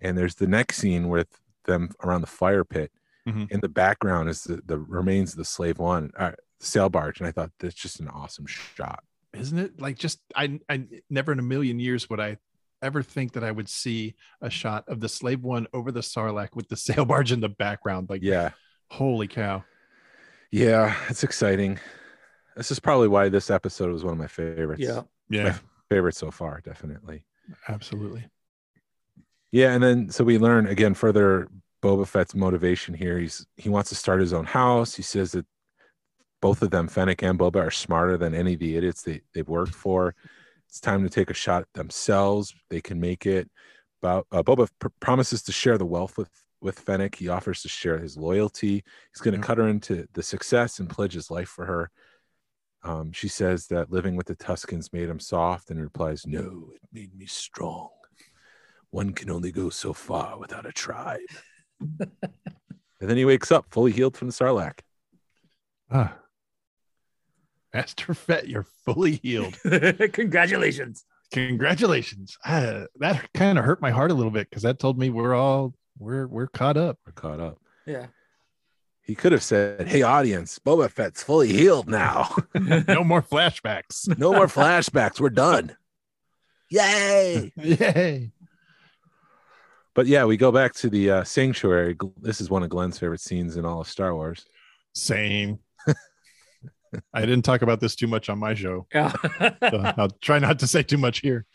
S5: and there's the next scene with them around the fire pit
S6: Mhm.
S5: in the background is the, the remains of the slave one uh, sail barge and i thought that's just an awesome shot
S6: Isn't it like just I I never in a million years would I ever think that I would see a shot of the Slave One over the Sarlacc with the sail barge in the background. Like,
S5: Yeah.
S6: holy cow!
S5: Yeah. It's exciting. This is probably why this episode was one of my favorites.
S4: Yeah.
S6: Yeah,
S5: Favorites so far, definitely.
S6: absolutely.
S5: Yeah, and then so we learn again further Boba Fett's motivation here. He's he wants to start his own house. He says that both of them, Fennec and Boba, are smarter than any of the idiots they, they've worked for. It's time to take a shot at themselves. They can make it. Bo- uh, Boba pr- promises to share the wealth with with Fennec. He offers to share his loyalty. He's going to
S6: Yeah.
S5: cut her into the success and pledge his life for her. Um, she says that living with the Tuscans made him soft, and he replies, "No, it made me strong. One can only go so far without a tribe." and then he wakes up fully healed from the Sarlacc.
S6: Ah. Master Fett, you're fully healed.
S4: Congratulations.
S6: Congratulations. Ah, that kind of hurt my heart a little bit because that told me we're all we're we're caught up.
S5: We're caught up.
S4: Yeah.
S5: He could have said, "Hey, audience, Boba Fett's fully healed now.
S6: No more flashbacks.
S5: No more flashbacks. We're done. Yay!"
S6: Yay.
S5: But yeah, we go back to the uh, sanctuary. Gl- This is one of Glenn's favorite scenes in all of Star Wars.
S6: Same. I didn't talk about this too much on my show.
S4: Yeah.
S6: so I'll try not to say too much here.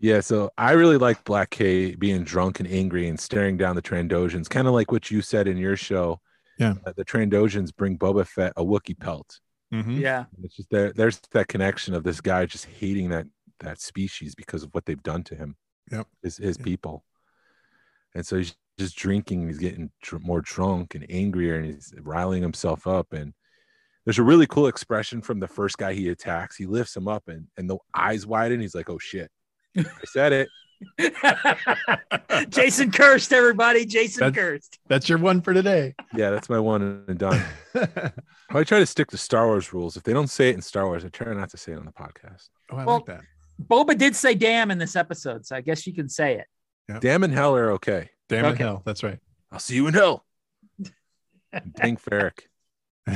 S5: Yeah, so I really like Black K being drunk and angry and staring down the Trandoshans, kind of like what you said in your show.
S6: Yeah.
S5: that the Trandoshans bring Boba Fett a Wookiee pelt.
S6: Mhm.
S4: yeah.
S5: It's just there, there's that connection of this guy just hating that that species because of what they've done to him.
S6: Yep.
S5: his his
S6: Yeah.
S5: people, and so he's just drinking. He's getting dr- more drunk and angrier, and he's riling himself up. And there's a really cool expression from the first guy he attacks. He lifts him up, and and the eyes widen. He's like, "Oh shit, I said it."
S4: Jason cursed everybody. Jason
S6: That's-
S4: cursed.
S6: That's your one for today.
S5: Yeah, that's my one and done.
S6: oh,
S5: I try to stick to Star Wars rules. If they don't say it in Star Wars, I try not to say it on the podcast.
S6: I
S4: Well-
S6: like that.
S4: Boba did say damn in this episode, so I guess you can say it.
S5: Damn and hell are okay.
S6: Damn it,
S4: Okay.
S6: hell. That's right.
S5: I'll see you in hell. Dang Ferrick.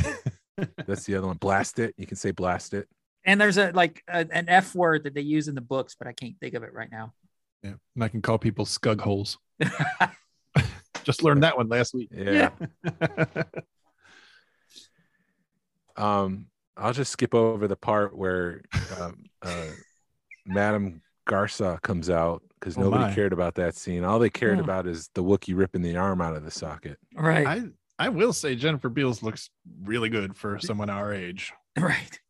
S5: That's the other one. Blast it. You can say blast it.
S4: And there's a like a- an F word that they use in the books, but I can't think of it right now.
S6: Yeah. And I can call people scug holes. Just learned that one last week.
S5: Yeah.
S6: yeah.
S5: Um, I'll just skip over the part where um, uh, Madame Garza comes out because
S6: Oh,
S5: nobody
S6: my.
S5: cared about that scene. All they cared
S4: Oh.
S5: about is the Wookiee ripping the arm out of the socket.
S4: Right.
S6: I I will say Jennifer Beals looks really good for someone our age.
S4: right.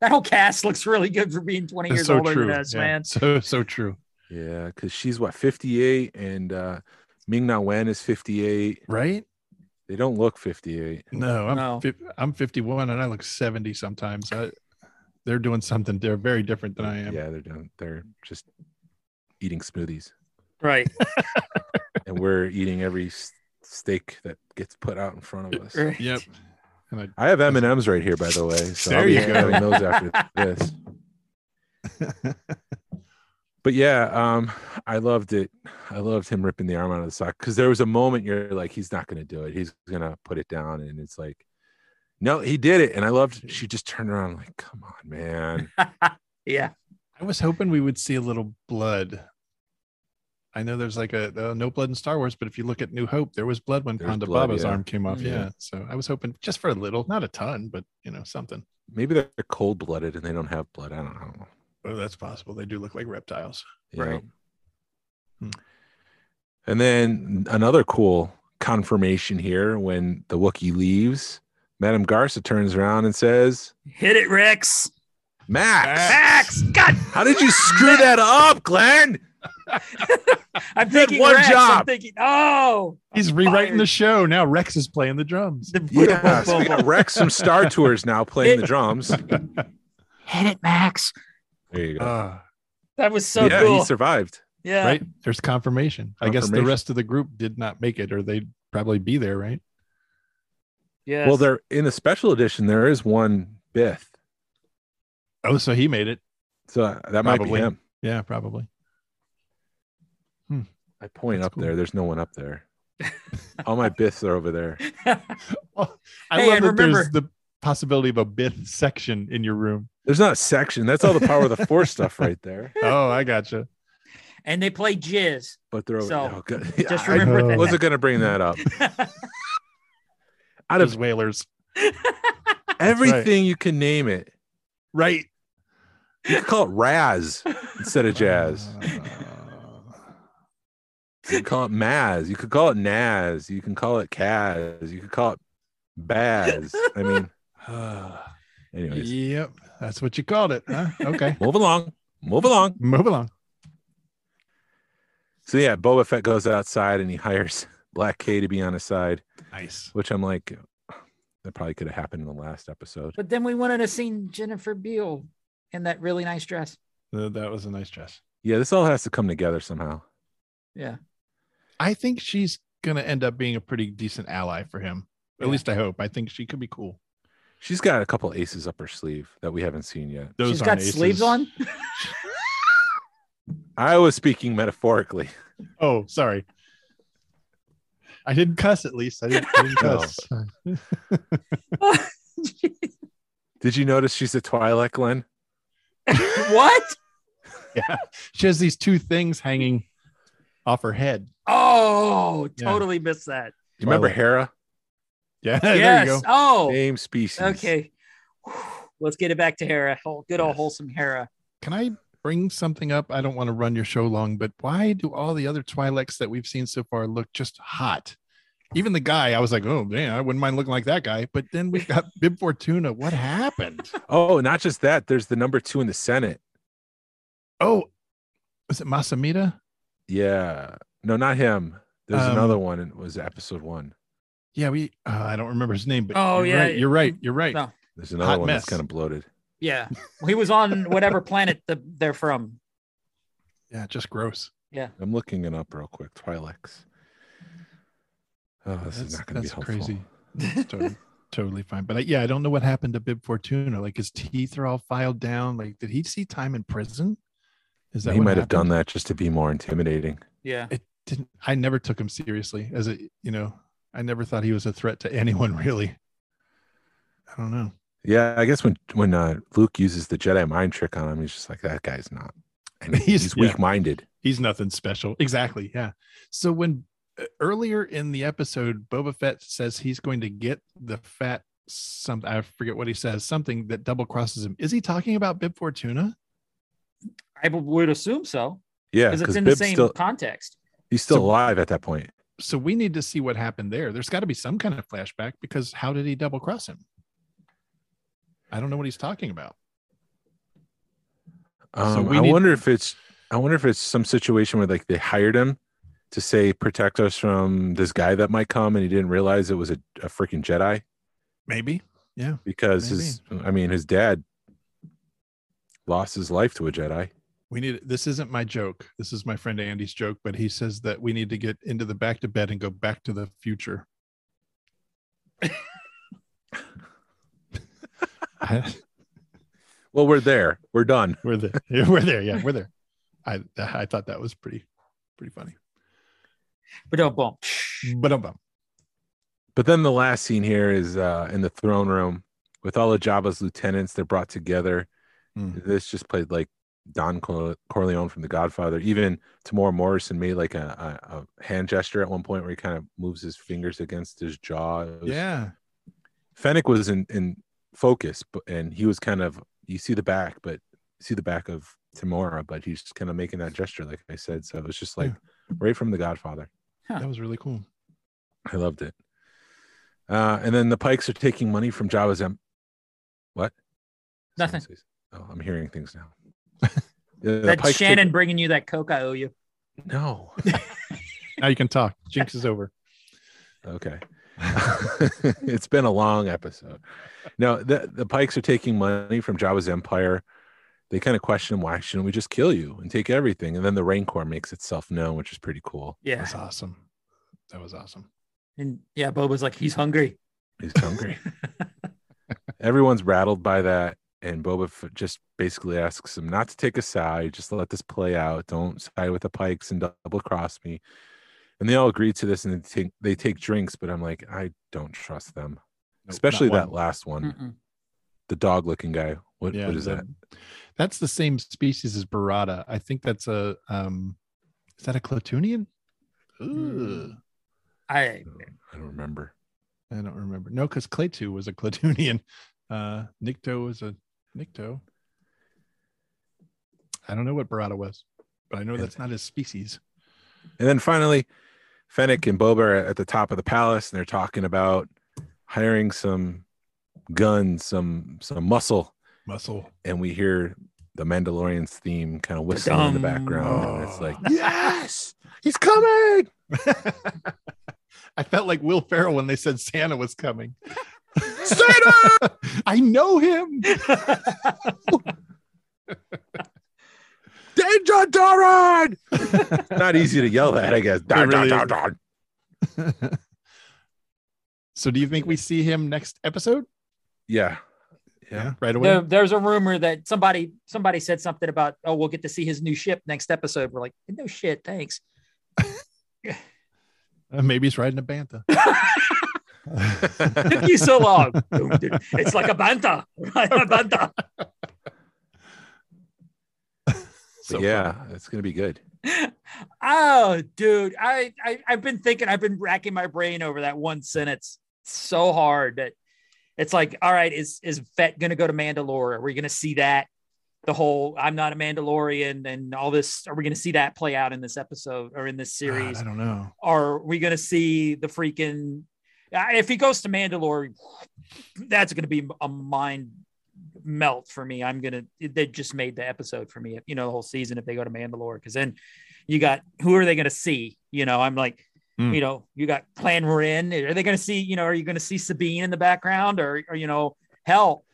S4: That whole cast looks really good for being 20 years older than us,
S6: Yeah.
S4: man.
S6: So so true.
S5: Yeah, because she's what 58 and uh, Ming Na Wen is 58.
S6: Right?
S5: They don't look 58.
S6: No, I'm
S4: No.
S6: fif- I'm 51 and I look 70 sometimes. I, they're doing something. They're very different than I am.
S5: Yeah, they're doing, they're just eating smoothies,
S4: Right.
S5: and we're eating every s- steak that gets put out in front of us.
S4: right.
S6: Yep. And I,
S5: I have M and M's right here, by the way. So I'll
S6: There
S5: be
S6: you go.
S5: having those after this. But yeah, um, I loved it. I loved him ripping the arm out of the sock because there was a moment you're like, he's not going to do it. He's going to put it down, and it's like, no, he did it. And I loved. She just turned around like, come on, man.
S4: Yeah.
S6: I was hoping we would see a little blood. I know there's like a uh, no blood in Star Wars, but if you look at New Hope, there was blood when
S5: There's
S6: Ponda
S5: blood,
S6: Baba's
S5: yeah.
S6: arm came off.
S4: Mhm.
S6: Yeah. So I was hoping just for a little, not a ton, but you know, something.
S5: Maybe they're cold blooded and they don't have blood. I don't, I don't know.
S6: Oh, that's possible. They do look like reptiles.
S5: you
S4: Right.
S5: know?
S6: Hmm.
S5: And then another cool confirmation here when the Wookiee leaves, Madame Garza turns around and says,
S4: Hit it, Rex.
S5: Max,
S4: Max. God.
S5: how did you screw that up, Glenn?
S4: I'm thinking
S5: one
S4: Rex. I'm
S5: job.
S4: thinking, oh.
S6: He's rewriting
S4: fired.
S6: the show. Now Rex is playing the drums.
S4: The
S5: Yeah, so we got Rex from Star Tours now playing the drums.
S4: Hit it, Max.
S5: There you go.
S6: Ah,
S4: That was so
S5: yeah,
S4: cool.
S5: he survived.
S4: yeah.
S6: right? There's confirmation. I guess the
S5: Confirmation.
S6: rest of the group did not make it, or they'd probably be there, right?
S4: Yes.
S5: Well, there in the special edition there is one Bith,
S6: Oh, so he made it.
S5: so uh, that might be
S6: Probably.
S5: him.
S6: Yeah, probably.
S5: I point
S6: That's
S5: up
S6: cool.
S5: there. There's no one up there. All my Biths are over there.
S6: I
S4: Hey,
S6: love
S4: and
S6: that
S4: remember-
S6: there's the possibility of a bith section in your room.
S5: There's not a section. That's all the power of the force stuff right there.
S6: Oh, I gotcha.
S4: and they play jizz.
S5: But they're over.
S4: So,
S5: oh, God.
S4: Just
S5: I
S4: remember
S6: know.
S4: that.
S5: wasn't gonna bring that up. Out
S6: Those
S5: of
S6: whalers.
S5: everything you can name it,
S6: Right.
S5: you could call it Raz instead of jazz. You could call it Maz. You could call it Naz. You can call it Kaz. You could call it Baz. I mean, anyways,
S6: yep. That's what you called it. Huh? Okay.
S5: move along, move along.
S6: Move along.
S5: So yeah, Boba Fett goes outside and he hires Black K to be on his side,
S6: Nice.
S5: which I'm like, that probably could have happened in the last episode.
S4: But then we wanted to see Jennifer Beal in that really nice dress.
S6: Uh, that was a nice dress.
S5: Yeah, this all has to come together somehow.
S4: Yeah.
S6: I think she's going to end up being a pretty decent ally for him. At
S4: Yeah.
S6: least I hope. I think she could be cool.
S5: She's got a couple aces up her sleeve that we haven't seen yet.
S6: Those
S4: She's got
S6: aren't aces.
S4: sleeves on.
S5: I was speaking metaphorically.
S6: Oh, sorry. I didn't cuss at least. I didn't, I didn't
S5: No.
S6: cuss.
S5: Did you notice she's a Twi'lek, Glenn?
S4: what?
S6: Yeah. She has these two things hanging off her head.
S4: Oh,
S6: Yeah.
S4: totally missed that.
S5: Do you remember
S6: Twi'lek.
S5: Hera?
S6: Yeah.
S4: yes.
S6: There you go.
S4: Oh,
S5: Same species.
S4: okay. Let's get it back to Hera. Whole- Good old
S5: Yes.
S4: wholesome Hera.
S6: Can I bring something up? I don't want to run your show long, but why do all the other Twi'leks that we've seen so far look just hot? Even the guy, I was like, oh man, I wouldn't mind looking like that guy. But then we've got Bib Fortuna. What happened?
S5: Oh, not just that. There's the number two in the Senate.
S6: Oh, was it Masamita?
S5: Yeah. No, not him. There's
S6: Um,
S5: another one. It was episode one.
S6: Yeah, we. Uh, I don't remember his name, but
S4: Oh,
S6: you're
S4: yeah.
S6: right, you're right. You're right.
S4: No.
S5: There's another
S6: hot
S5: one
S6: mess.
S5: that's kind of bloated.
S4: Yeah. He was on whatever planet the, they're from.
S6: Yeah, just gross.
S5: I'm looking it up real quick. Twi'leks. Oh, this is not going to be helpful.
S6: crazy. It's totally, totally fine. But I, yeah, I don't know what happened to Bib Fortuna. Like his teeth are all filed down. Like, did he see time in prison? Is
S5: he
S6: what
S5: might have
S6: happened?
S5: done that just to be more intimidating.
S4: Yeah.
S6: didn't I never took him seriously as a you know I never thought he was a threat to anyone really. I don't know.
S5: Yeah, I guess when when uh, Luke uses the Jedi mind trick on him, he's just like that guy's not. And
S6: He's-
S5: he's
S6: yeah.
S5: weak minded.
S6: He's nothing special. Exactly. Yeah. So when uh, earlier in the episode Boba Fett says he's going to get the fat something I forget what he says something that double crosses him. Is he talking about Bib Fortuna?
S4: I would assume so
S5: Yeah,
S4: because it's
S5: because
S4: in
S5: Bib's
S4: the same
S5: still
S4: context.
S5: he's still
S6: So-
S5: alive at that point.
S6: So we need to see what happened there. There's got to be some kind of flashback because how did he double cross him? I don't know what he's talking about.
S5: Um,
S6: we
S5: I
S6: need-
S5: wonder if it's I wonder if it's some situation where like they hired him to say protect us from this guy that might come, and he didn't realize it was a, a freaking Jedi
S6: Maybe.
S5: because his I mean his dad lost his life to a Jedi.
S6: We need this isn't my joke. This is my friend Andy's joke, but he says that we need to get into the back to bed and go back to the future.
S5: Well, we're there. We're done.
S6: we're there. Yeah, We're there. Yeah, we're there. I I thought that was pretty pretty funny.
S4: But oh, boom.
S6: But um,
S5: But then the last scene here is uh, in the throne room with all of Jabba's lieutenants. They're brought together.
S6: Mm.
S5: This just played like Don Cor- Corleone from The Godfather. Even Tamora Morrison made like a, a, a hand gesture at one point where he kind of moves his fingers against his jaw. It was-
S6: yeah.
S5: Fennec was in, in focus, but, and he was kind of, you see the back, but you see the back of Tamora, but he's just kind of making that gesture, like I said. So it was just like right from The Godfather.
S6: That was really cool.
S5: I loved it. Uh, and then the Pikes are taking money from Java's em- what?
S4: Nothing.
S5: Someone says- Oh, I'm hearing things now. The- the
S4: That's
S5: Pikes take-
S4: Shannon bringing you that Coke I owe you.
S5: no.
S6: Now you can talk. Jinx is over.
S5: Okay. it's been a long episode. No, the, the Pikes are taking money from Java's empire. They kind of question why shouldn't we just kill you and take everything? And then the Rancor makes itself known, which is pretty cool.
S4: Yeah.
S6: That's awesome. That was awesome.
S4: And yeah, Boba's like, he's hungry.
S5: He's hungry. Everyone's rattled by that. And Boba F- just basically asks him not to take a side, just let this play out. Don't side with the Pikes and double cross me. And they all agree to this and they take, they take drinks, but I'm like, I don't trust them. especially
S6: not
S5: that
S6: one.
S5: last one,
S4: Mm-mm.
S5: the dog looking guy. What, what is
S6: the-
S5: that?
S6: That's the same species as Barada. I think that's a um is that a Clotunian? Ooh,
S4: I
S5: I don't remember.
S6: I don't remember. No, because Claytu was a Clotunian. Uh Nikto was a Nikto. I don't know what Barada was, but I know that's not his species.
S5: And then finally, Fennec and Boba are at the top of the palace, and they're talking about hiring some guns, some some muscle.
S6: Muscle.
S5: And we hear the Mandalorian's theme kind of whistling in the
S4: Dum.
S5: background, and it's like,
S6: Oh.
S5: yes, he's coming.
S6: I felt like Will Ferrell when they said Santa was coming.
S5: Santa!
S6: I know him.
S5: Danger Doran! Not easy to yell at, I guess. Dar,
S6: really
S5: dar,
S6: isn't.
S5: dar, dar.
S6: so do you think we see him next episode?
S5: Yeah. Yeah.
S6: Right away.
S4: there, there's a rumor that somebody somebody said something about oh we'll get to see his new ship next episode. We're like no shit, thanks.
S6: Uh, maybe he's riding a bantha.
S4: Took you so long. it's like a banta, a banta.
S5: But yeah, it's going to be good.
S4: oh, dude, I, I I've been thinking, I've been racking my brain over that one sentence so hard that it's like, all right, is is Vet gonna go to Mandalore? Are we gonna see that? The whole I'm not a Mandalorian and all this. Are we gonna see that play out in this episode or in this
S6: God,
S4: series?
S6: I don't know.
S4: are we going to see the freaking Uh, if he goes to Mandalore that's going to be a mind melt for me I'm going to they just made the episode for me you know the whole season if they go to Mandalore because then you got who are they going to see you know I'm like
S6: Hmm.
S4: you know you got Clan Marin are they going to see you know are you going to see Sabine in the background or, or you know hell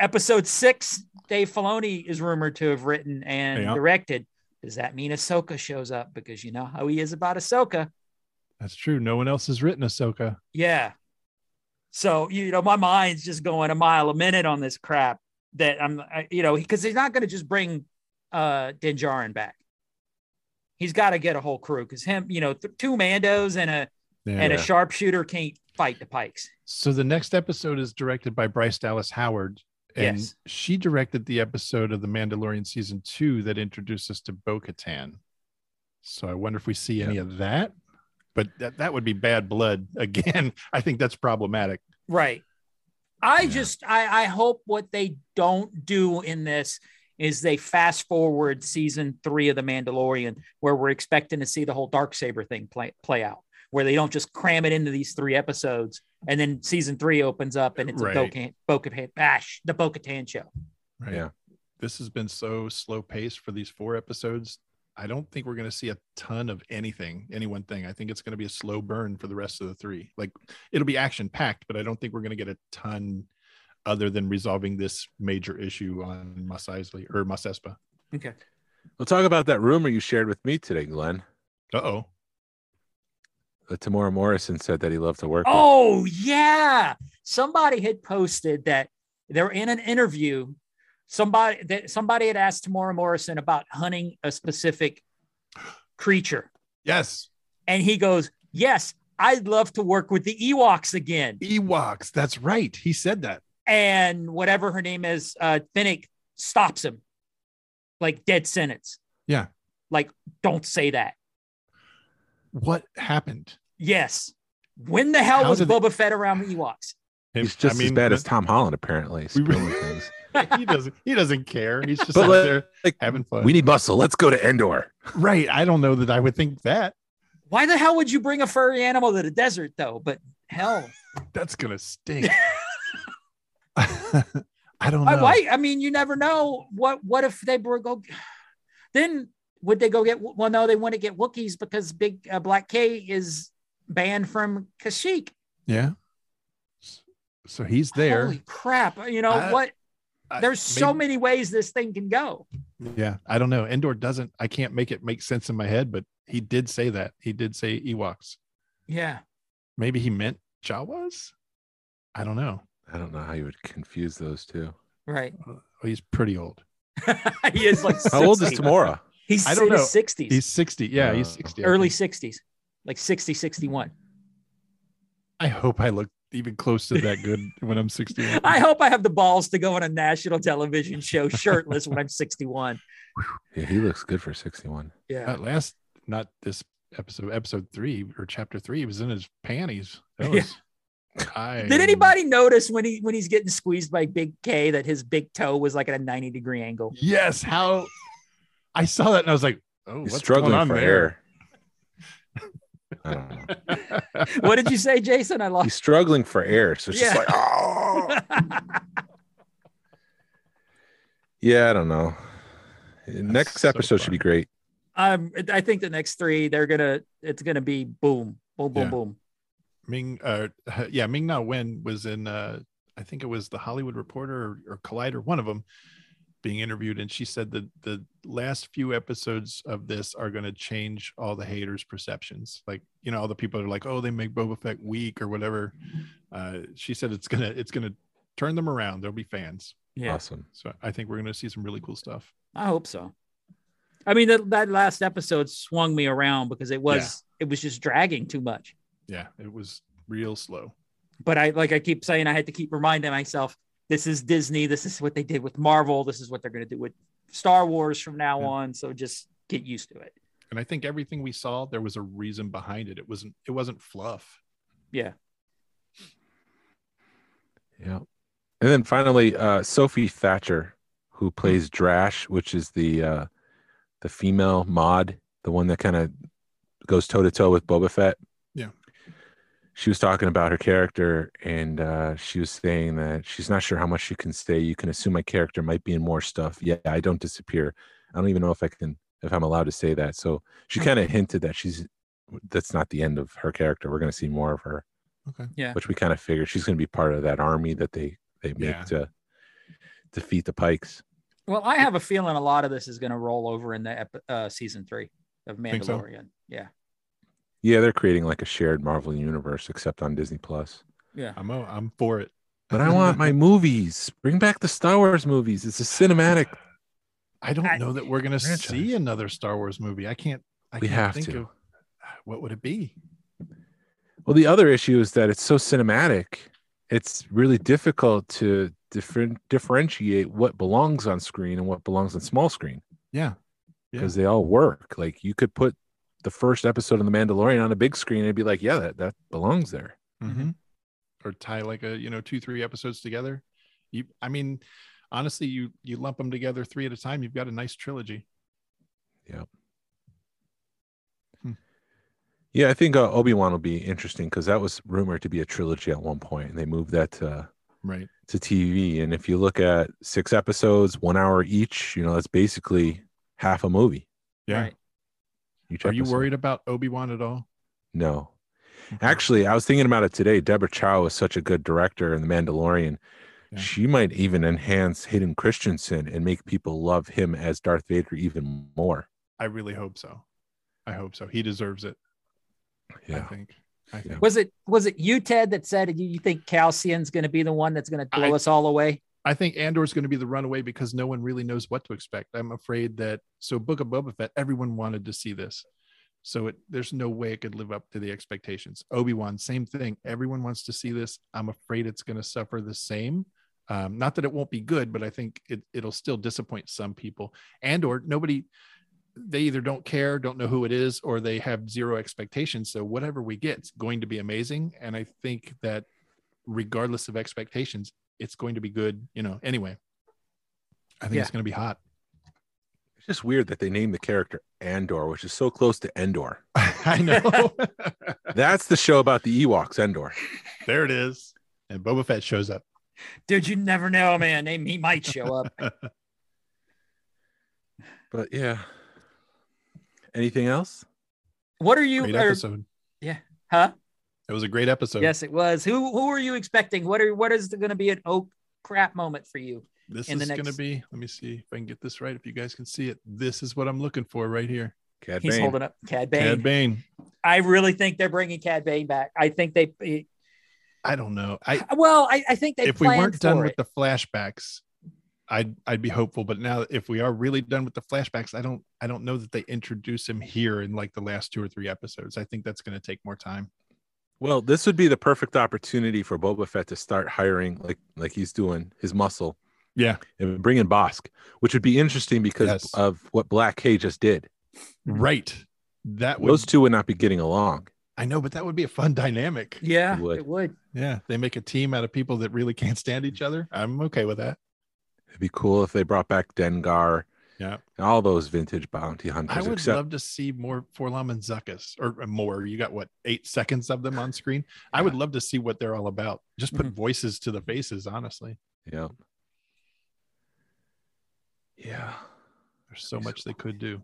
S4: episode six Dave Filoni is rumored to have written and
S6: Yeah.
S4: directed does that mean Ahsoka shows up because you know how he is about Ahsoka
S6: That's true. No one else has written Ahsoka.
S4: Yeah. So you know, my mind's just going a mile a minute on this crap. That I'm, I, you know, because he's not going to just bring uh Dinjarin back. He's got to get a whole crew because him, you know, th- two Mandos and a
S6: Yeah.
S4: and a
S5: Yeah.
S4: sharpshooter can't fight the Pikes.
S6: So the next episode is directed by Bryce Dallas Howard. And
S4: Yes.
S6: she directed the episode of The Mandalorian season two that introduced us to Bo Katan. So I wonder if we see any of that. But that, that would be bad blood again. I think that's problematic.
S4: Right. I
S5: Yeah.
S4: just I, I hope what they don't do in this is they fast forward season three of The Mandalorian, where we're expecting to see the whole dark saber thing play play out, where they don't just cram it into these three episodes, and then season three opens up and it's
S6: Right.
S4: a Bo-Katan, Bo-Katan, bash the Bo-Katan show.
S6: Right.
S5: Yeah.
S6: This has been so slow paced for these four episodes. I don't think we're going to see a ton of anything, any one thing. I think it's going to be a slow burn for the rest of the three. Like it'll be action packed, but I don't think we're going to get a ton other than resolving this major issue on Mos Eisley or Mos Espa.
S4: Okay.
S5: We'll talk about that rumor you shared with me today, Glenn.
S6: Uh oh.
S5: That Tamora Morrison said that he loved to work. with.
S4: Oh yeah, somebody had posted that they're in an interview. Somebody that somebody had asked Tamora Morrison about hunting a specific creature,
S6: Yes.
S4: and he goes, "Yes, I'd love to work with the Ewoks again."
S6: Ewoks. That's right. He said that.
S4: And whatever her name is, uh, Finnick stops him, like dead sentence.
S6: Yeah.
S4: like don't say that.
S6: What happened?
S4: Yes. When the hell
S6: How
S4: was
S6: did they-
S4: Boba Fett around the Ewoks?
S5: He's just as bad as Tom Holland, apparently. spilling
S6: really-
S5: things.
S6: he doesn't. He doesn't care. He's just
S5: But
S6: out
S5: like-
S6: there
S5: like,
S6: having fun.
S5: We need muscle. Let's go to Endor.
S6: right. I don't know that I would think that.
S4: Why the hell would you bring a furry animal to the desert though? But hell.
S6: That's gonna stink. I don't know.
S4: I, why? I mean, you never know. What What if they were go? Then would they go get? Well, no, they want to get Wookiees because Big uh, Black K is banned from Kashyyyk.
S6: Yeah. S- So he's there.
S4: Holy crap! You know
S6: I-
S4: what?
S6: I-
S4: There's so
S6: maybe-
S4: many ways this thing can go.
S6: Yeah, I don't know. Endor doesn't. I can't make it make sense in my head, but he did say that. He did say Ewoks.
S4: Yeah.
S6: Maybe he meant Jawas. I don't know.
S5: I don't know how you would confuse those two.
S4: Right.
S6: Oh, he's pretty old.
S4: he is like. 60.
S5: How old is Tamora?
S4: He's
S6: I don't
S4: in
S6: know.
S4: his sixties,
S6: He's sixty. Yeah, he's
S5: Uh,
S6: sixty. I
S4: early
S6: think.
S4: sixties, like 60, 61.
S6: I hope I look even close to that good when I'm 61.
S4: I hope I have the balls to go on a national television show shirtless when I'm 61.
S5: Yeah, he looks good for 61.
S4: Yeah.
S6: Not last, not this episode, episode three or chapter three. He was in his panties. That
S4: Yeah.
S6: was. I,
S4: Did anybody notice when he when he's getting squeezed by Big K that his big toe was like at a 90 degree angle?
S6: Yes. How? I saw that and I was like, oh,
S5: He's
S6: what's
S5: struggling
S6: going on
S5: for
S6: there?
S5: air. I don't know.
S4: What did you say, Jason? I
S5: He's
S4: lost.
S5: struggling for air. So it's
S4: Yeah.
S5: just like, oh. Yeah, I don't know. Next
S6: so
S5: episode should be great.
S4: um, I think the next three they're gonna it's gonna be boom, boom, boom,
S6: Yeah.
S4: boom.
S6: Ming, uh, yeah, Ming Na Wen was in, uh, I think it was the Hollywood Reporter or, or Collider, one of them, being interviewed, and she said that the last few episodes of this are going to change all the haters' perceptions. Like, you know, all the people are like, "Oh, they make Boba Fett weak" or whatever. Uh, she said it's gonna, it's gonna turn them around. There'll be fans.
S4: Yeah.
S5: Awesome.
S6: So I think we're going to see some really cool stuff.
S4: I hope so. I mean, that, that last episode swung me around because it was it was just dragging too much.
S6: Yeah, it was real slow.
S4: But I like I keep saying I had to keep reminding myself this is Disney. This is what they did with Marvel. This is what they're gonna do with Star Wars from now
S6: Yeah.
S4: on. So just get used to it.
S6: and I think everything we saw there was a reason behind it. It wasn't it wasn't fluff.
S5: Yeah. And then finally, uh, Sophie Thatcher,
S6: Hmm.
S5: who plays Drash, which is the uh, the female mod, the one that kind of goes toe to toe with Boba Fett.
S6: Yeah.
S5: She was talking about her character, and uh, she was saying that she's not sure how much she can say. You can assume my character might be in more stuff. Yeah, I don't disappear. I don't even know if I can, if I'm allowed to say that. So she kind of hinted that she's, that's not the end of her character. We're going to see more of her
S6: Okay.
S5: which we kind of figured she's going to be part of that army that they they make
S6: Yeah.
S5: to defeat the Pikes.
S4: Well, I have a feeling a lot of this is gonna roll over in the ep- uh, season three of
S6: Think so?
S4: Mandalorian. Yeah,
S5: Yeah, they're creating like a shared Marvel universe, except on Disney Plus.
S4: yeah.
S6: I'm o- I'm for it.
S5: But I want my movies. Bring back the Star Wars movies. It's a cinematic.
S6: I don't know that we're gonna
S5: Franchise.
S6: see another Star Wars movie. I can't. I
S5: We
S6: can't
S5: have
S6: think
S5: to.
S6: of uh, what would it be.
S5: Well, the other issue is that it's so cinematic. It's really difficult to different differentiate what belongs on screen and what belongs on small screen
S6: Yeah. Yeah.
S5: because they all work. Like you could put the first episode of The Mandalorian on a big screen and it'd be like, yeah, that, that belongs there.
S6: Mm-hmm. Or tie like a you know two three episodes together. You I mean, honestly, you you lump them together three at a time. You've got a nice trilogy.
S5: Yeah, I think uh, Obi Wan will be interesting because that was rumored to be a trilogy at one point, and they moved that to,
S6: Right.
S5: to TV. And if you look at six episodes, one hour each, you know that's basically half a movie.
S6: Yeah.
S4: Right.
S5: Each
S6: Are you
S5: episode.
S6: worried about Obi Wan at all?
S5: No, actually, I was thinking about it today. Deborah Chow is such a good director in The Mandalorian.
S6: Yeah.
S5: She might even enhance Hayden Christensen and make people love him as Darth Vader even more.
S6: I really hope so. I hope so. He deserves it. I
S5: Yeah,
S6: think. I think.
S4: Was it was it you, Ted, that said you, you think Calcian's going to be the one that's going to blow
S6: I-
S4: us all away?
S6: I think Andor's going to be the runaway because no one really knows what to expect. I'm afraid that so Book of Boba Fett, everyone wanted to see this, so it there's no way it could live up to the expectations. Obi Wan, same thing. Everyone wants to see this. I'm afraid it's going to suffer the same. Um, not that it won't be good, but I think it, it'll still disappoint some people. Andor, nobody, they either don't care, don't know who it is, or they have zero expectations. So whatever we get is going to be amazing. And I think that regardless of expectations, it's going to be good. You know, anyway, I think it's going to be hot.
S5: it's just weird that they named the character Andor, which is so close to Endor.
S6: I know.
S5: That's the show about the Ewoks, Endor.
S6: there it is. And Boba Fett shows up.
S4: Dude, you never know, man. They, he might show up.
S5: But yeah. Anything else?
S4: What are you?
S6: Great
S4: or-
S6: episode.
S4: huh?
S6: It was a great episode.
S4: Yes, it was. Who who are you expecting? What are what is going to be an oh crap moment for you?
S6: This
S4: in the
S6: is going to
S4: next-
S6: be, let me see if I can get this right. If you guys can see it, this is what I'm looking for right here.
S5: Cad
S4: He's
S5: Bane.
S4: holding up Cad Bane.
S6: Cad Bane.
S4: I really think they're bringing Cad Bane back. I think they. eh,
S6: I don't know. I,
S4: well, I, I think they.
S6: if we weren't done with
S4: the
S6: the flashbacks, I'd I'd be hopeful. But now, if we are really done with the flashbacks, I don't I don't know that they introduce him here in like the last two or three episodes. I think that's going to take more time.
S5: Well, this would be the perfect opportunity for Boba Fett to start hiring, like like he's doing his muscle.
S6: Yeah.
S5: and bring in Bosk, which would be interesting because
S6: Yes.
S5: of what Black K just did.
S4: Mm-hmm.
S6: Right. That was
S5: Those two would not be getting along.
S6: I know, but that would be a fun dynamic.
S4: Yeah,
S5: It would.
S4: it would.
S6: Yeah. They make a team out of people that really can't stand each other. I'm okay with that.
S5: It'd be cool if they brought back Dengar.
S6: Yeah.
S5: and all those vintage bounty hunters.
S6: I would
S5: except
S6: love to see more Forlom and Zuckus or uh, more. You got what eight seconds of them on screen. I would love to see what they're all about. Just put
S4: Mhm.
S6: voices to the faces, honestly.
S5: yeah, yeah.
S6: There's so much they could do.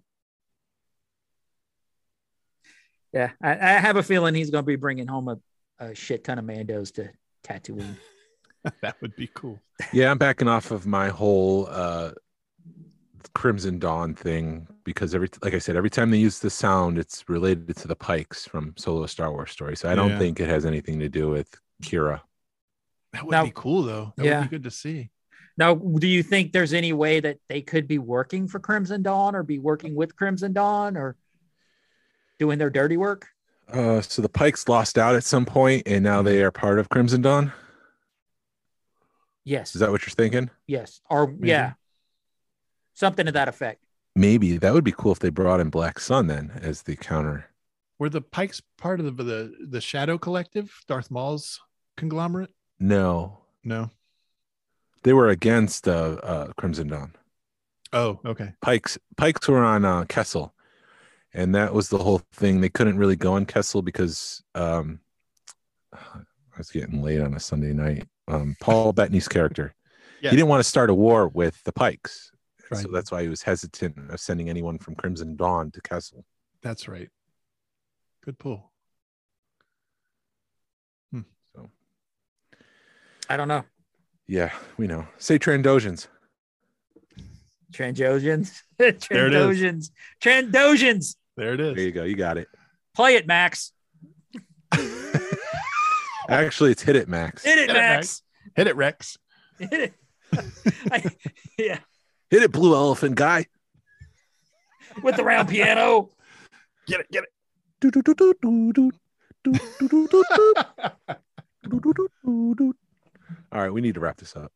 S4: Yeah, I, I have a feeling he's going to be bringing home a, a shit ton of Mandos to Tatooine.
S6: that would be cool.
S5: yeah i'm backing off of my whole uh crimson dawn thing because every like i said every time they use the sound it's related to the pikes from solo star wars story so i don't
S6: Yeah.
S5: think it has anything to do with kira
S6: That would
S4: Now-
S6: be cool though. That
S4: Yeah.
S6: would be good to see.
S4: Now, do you think there's any way that they could be working for Crimson Dawn or be working with Crimson Dawn or doing their dirty work?
S5: uh so the pikes lost out at some point and now they are part of crimson dawn
S4: Yes.
S5: is that what you're thinking
S4: yes. Or yeah. Something to that effect.
S5: maybe that would be cool if they brought in black sun then as the counter
S6: Were the Pikes part of the the, the Shadow Collective, Darth Maul's conglomerate?
S5: no
S6: No.
S5: they were against uh, uh crimson dawn
S6: Oh, okay.
S5: Pikes Pikes were on uh, Kessel, and that was the whole thing. They couldn't really go on Kessel because um, I was getting late on a Sunday night. Um, Paul Bettany's character,
S6: Yeah.
S5: he didn't want to start a war with the Pikes,
S6: Right.
S5: so that's why he was hesitant of sending anyone from Crimson Dawn to Kessel.
S6: That's right. Good pull.
S4: I don't know.
S5: Yeah, we know. Say Trandosians.
S4: Trandosians.
S6: it is.
S4: Trandosians. Trandosians.
S6: There it
S5: There
S6: is.
S5: you go. You got it.
S4: Play it, Max.
S5: Actually, it's hit it, Max.
S4: Hit it,
S6: it,
S4: Max.
S6: Max. Hit it, Rex.
S4: Hit it. I- yeah.
S5: Hit it, Blue Elephant guy.
S4: With the round piano.
S6: Get it, get
S5: Do, do, do, do, do, do, do, do, do, do, do.
S6: it.
S5: All right, we need to wrap this up.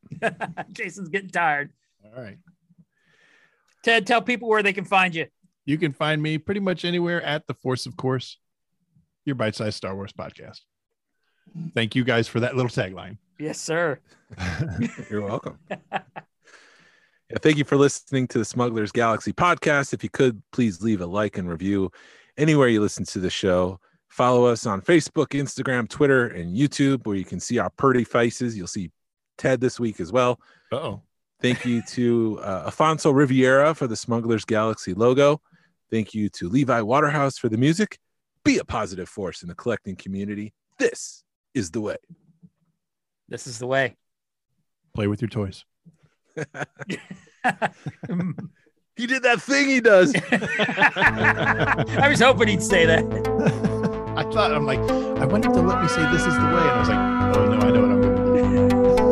S4: Jason's getting tired.
S6: All right.
S4: Ted, tell people where they can find you.
S6: You can find me pretty much anywhere at The Force of Course, your bite sized Star Wars podcast. Thank you guys for that little tagline.
S4: Yes, sir.
S5: You're welcome. yeah, thank you for listening to the Smugglers Galaxy podcast. If you could, please leave a like and review anywhere you listen to the show. Follow us on Facebook, Instagram, Twitter, and YouTube, where you can see our pretty faces. You'll see Ted this week as well.
S6: oh.
S5: Thank you to uh, Afonso Riviera for the Smugglers Galaxy logo. Thank you to Levi Waterhouse for the music. Be a positive force in the collecting community. This is the way.
S4: This is the way.
S6: Play with your toys.
S5: He did that thing he does.
S4: I was hoping he'd say that.
S6: I thought, I'm like, I wonder if they'll let me say this is the way. And I was like, oh no, I know what I'm going to do.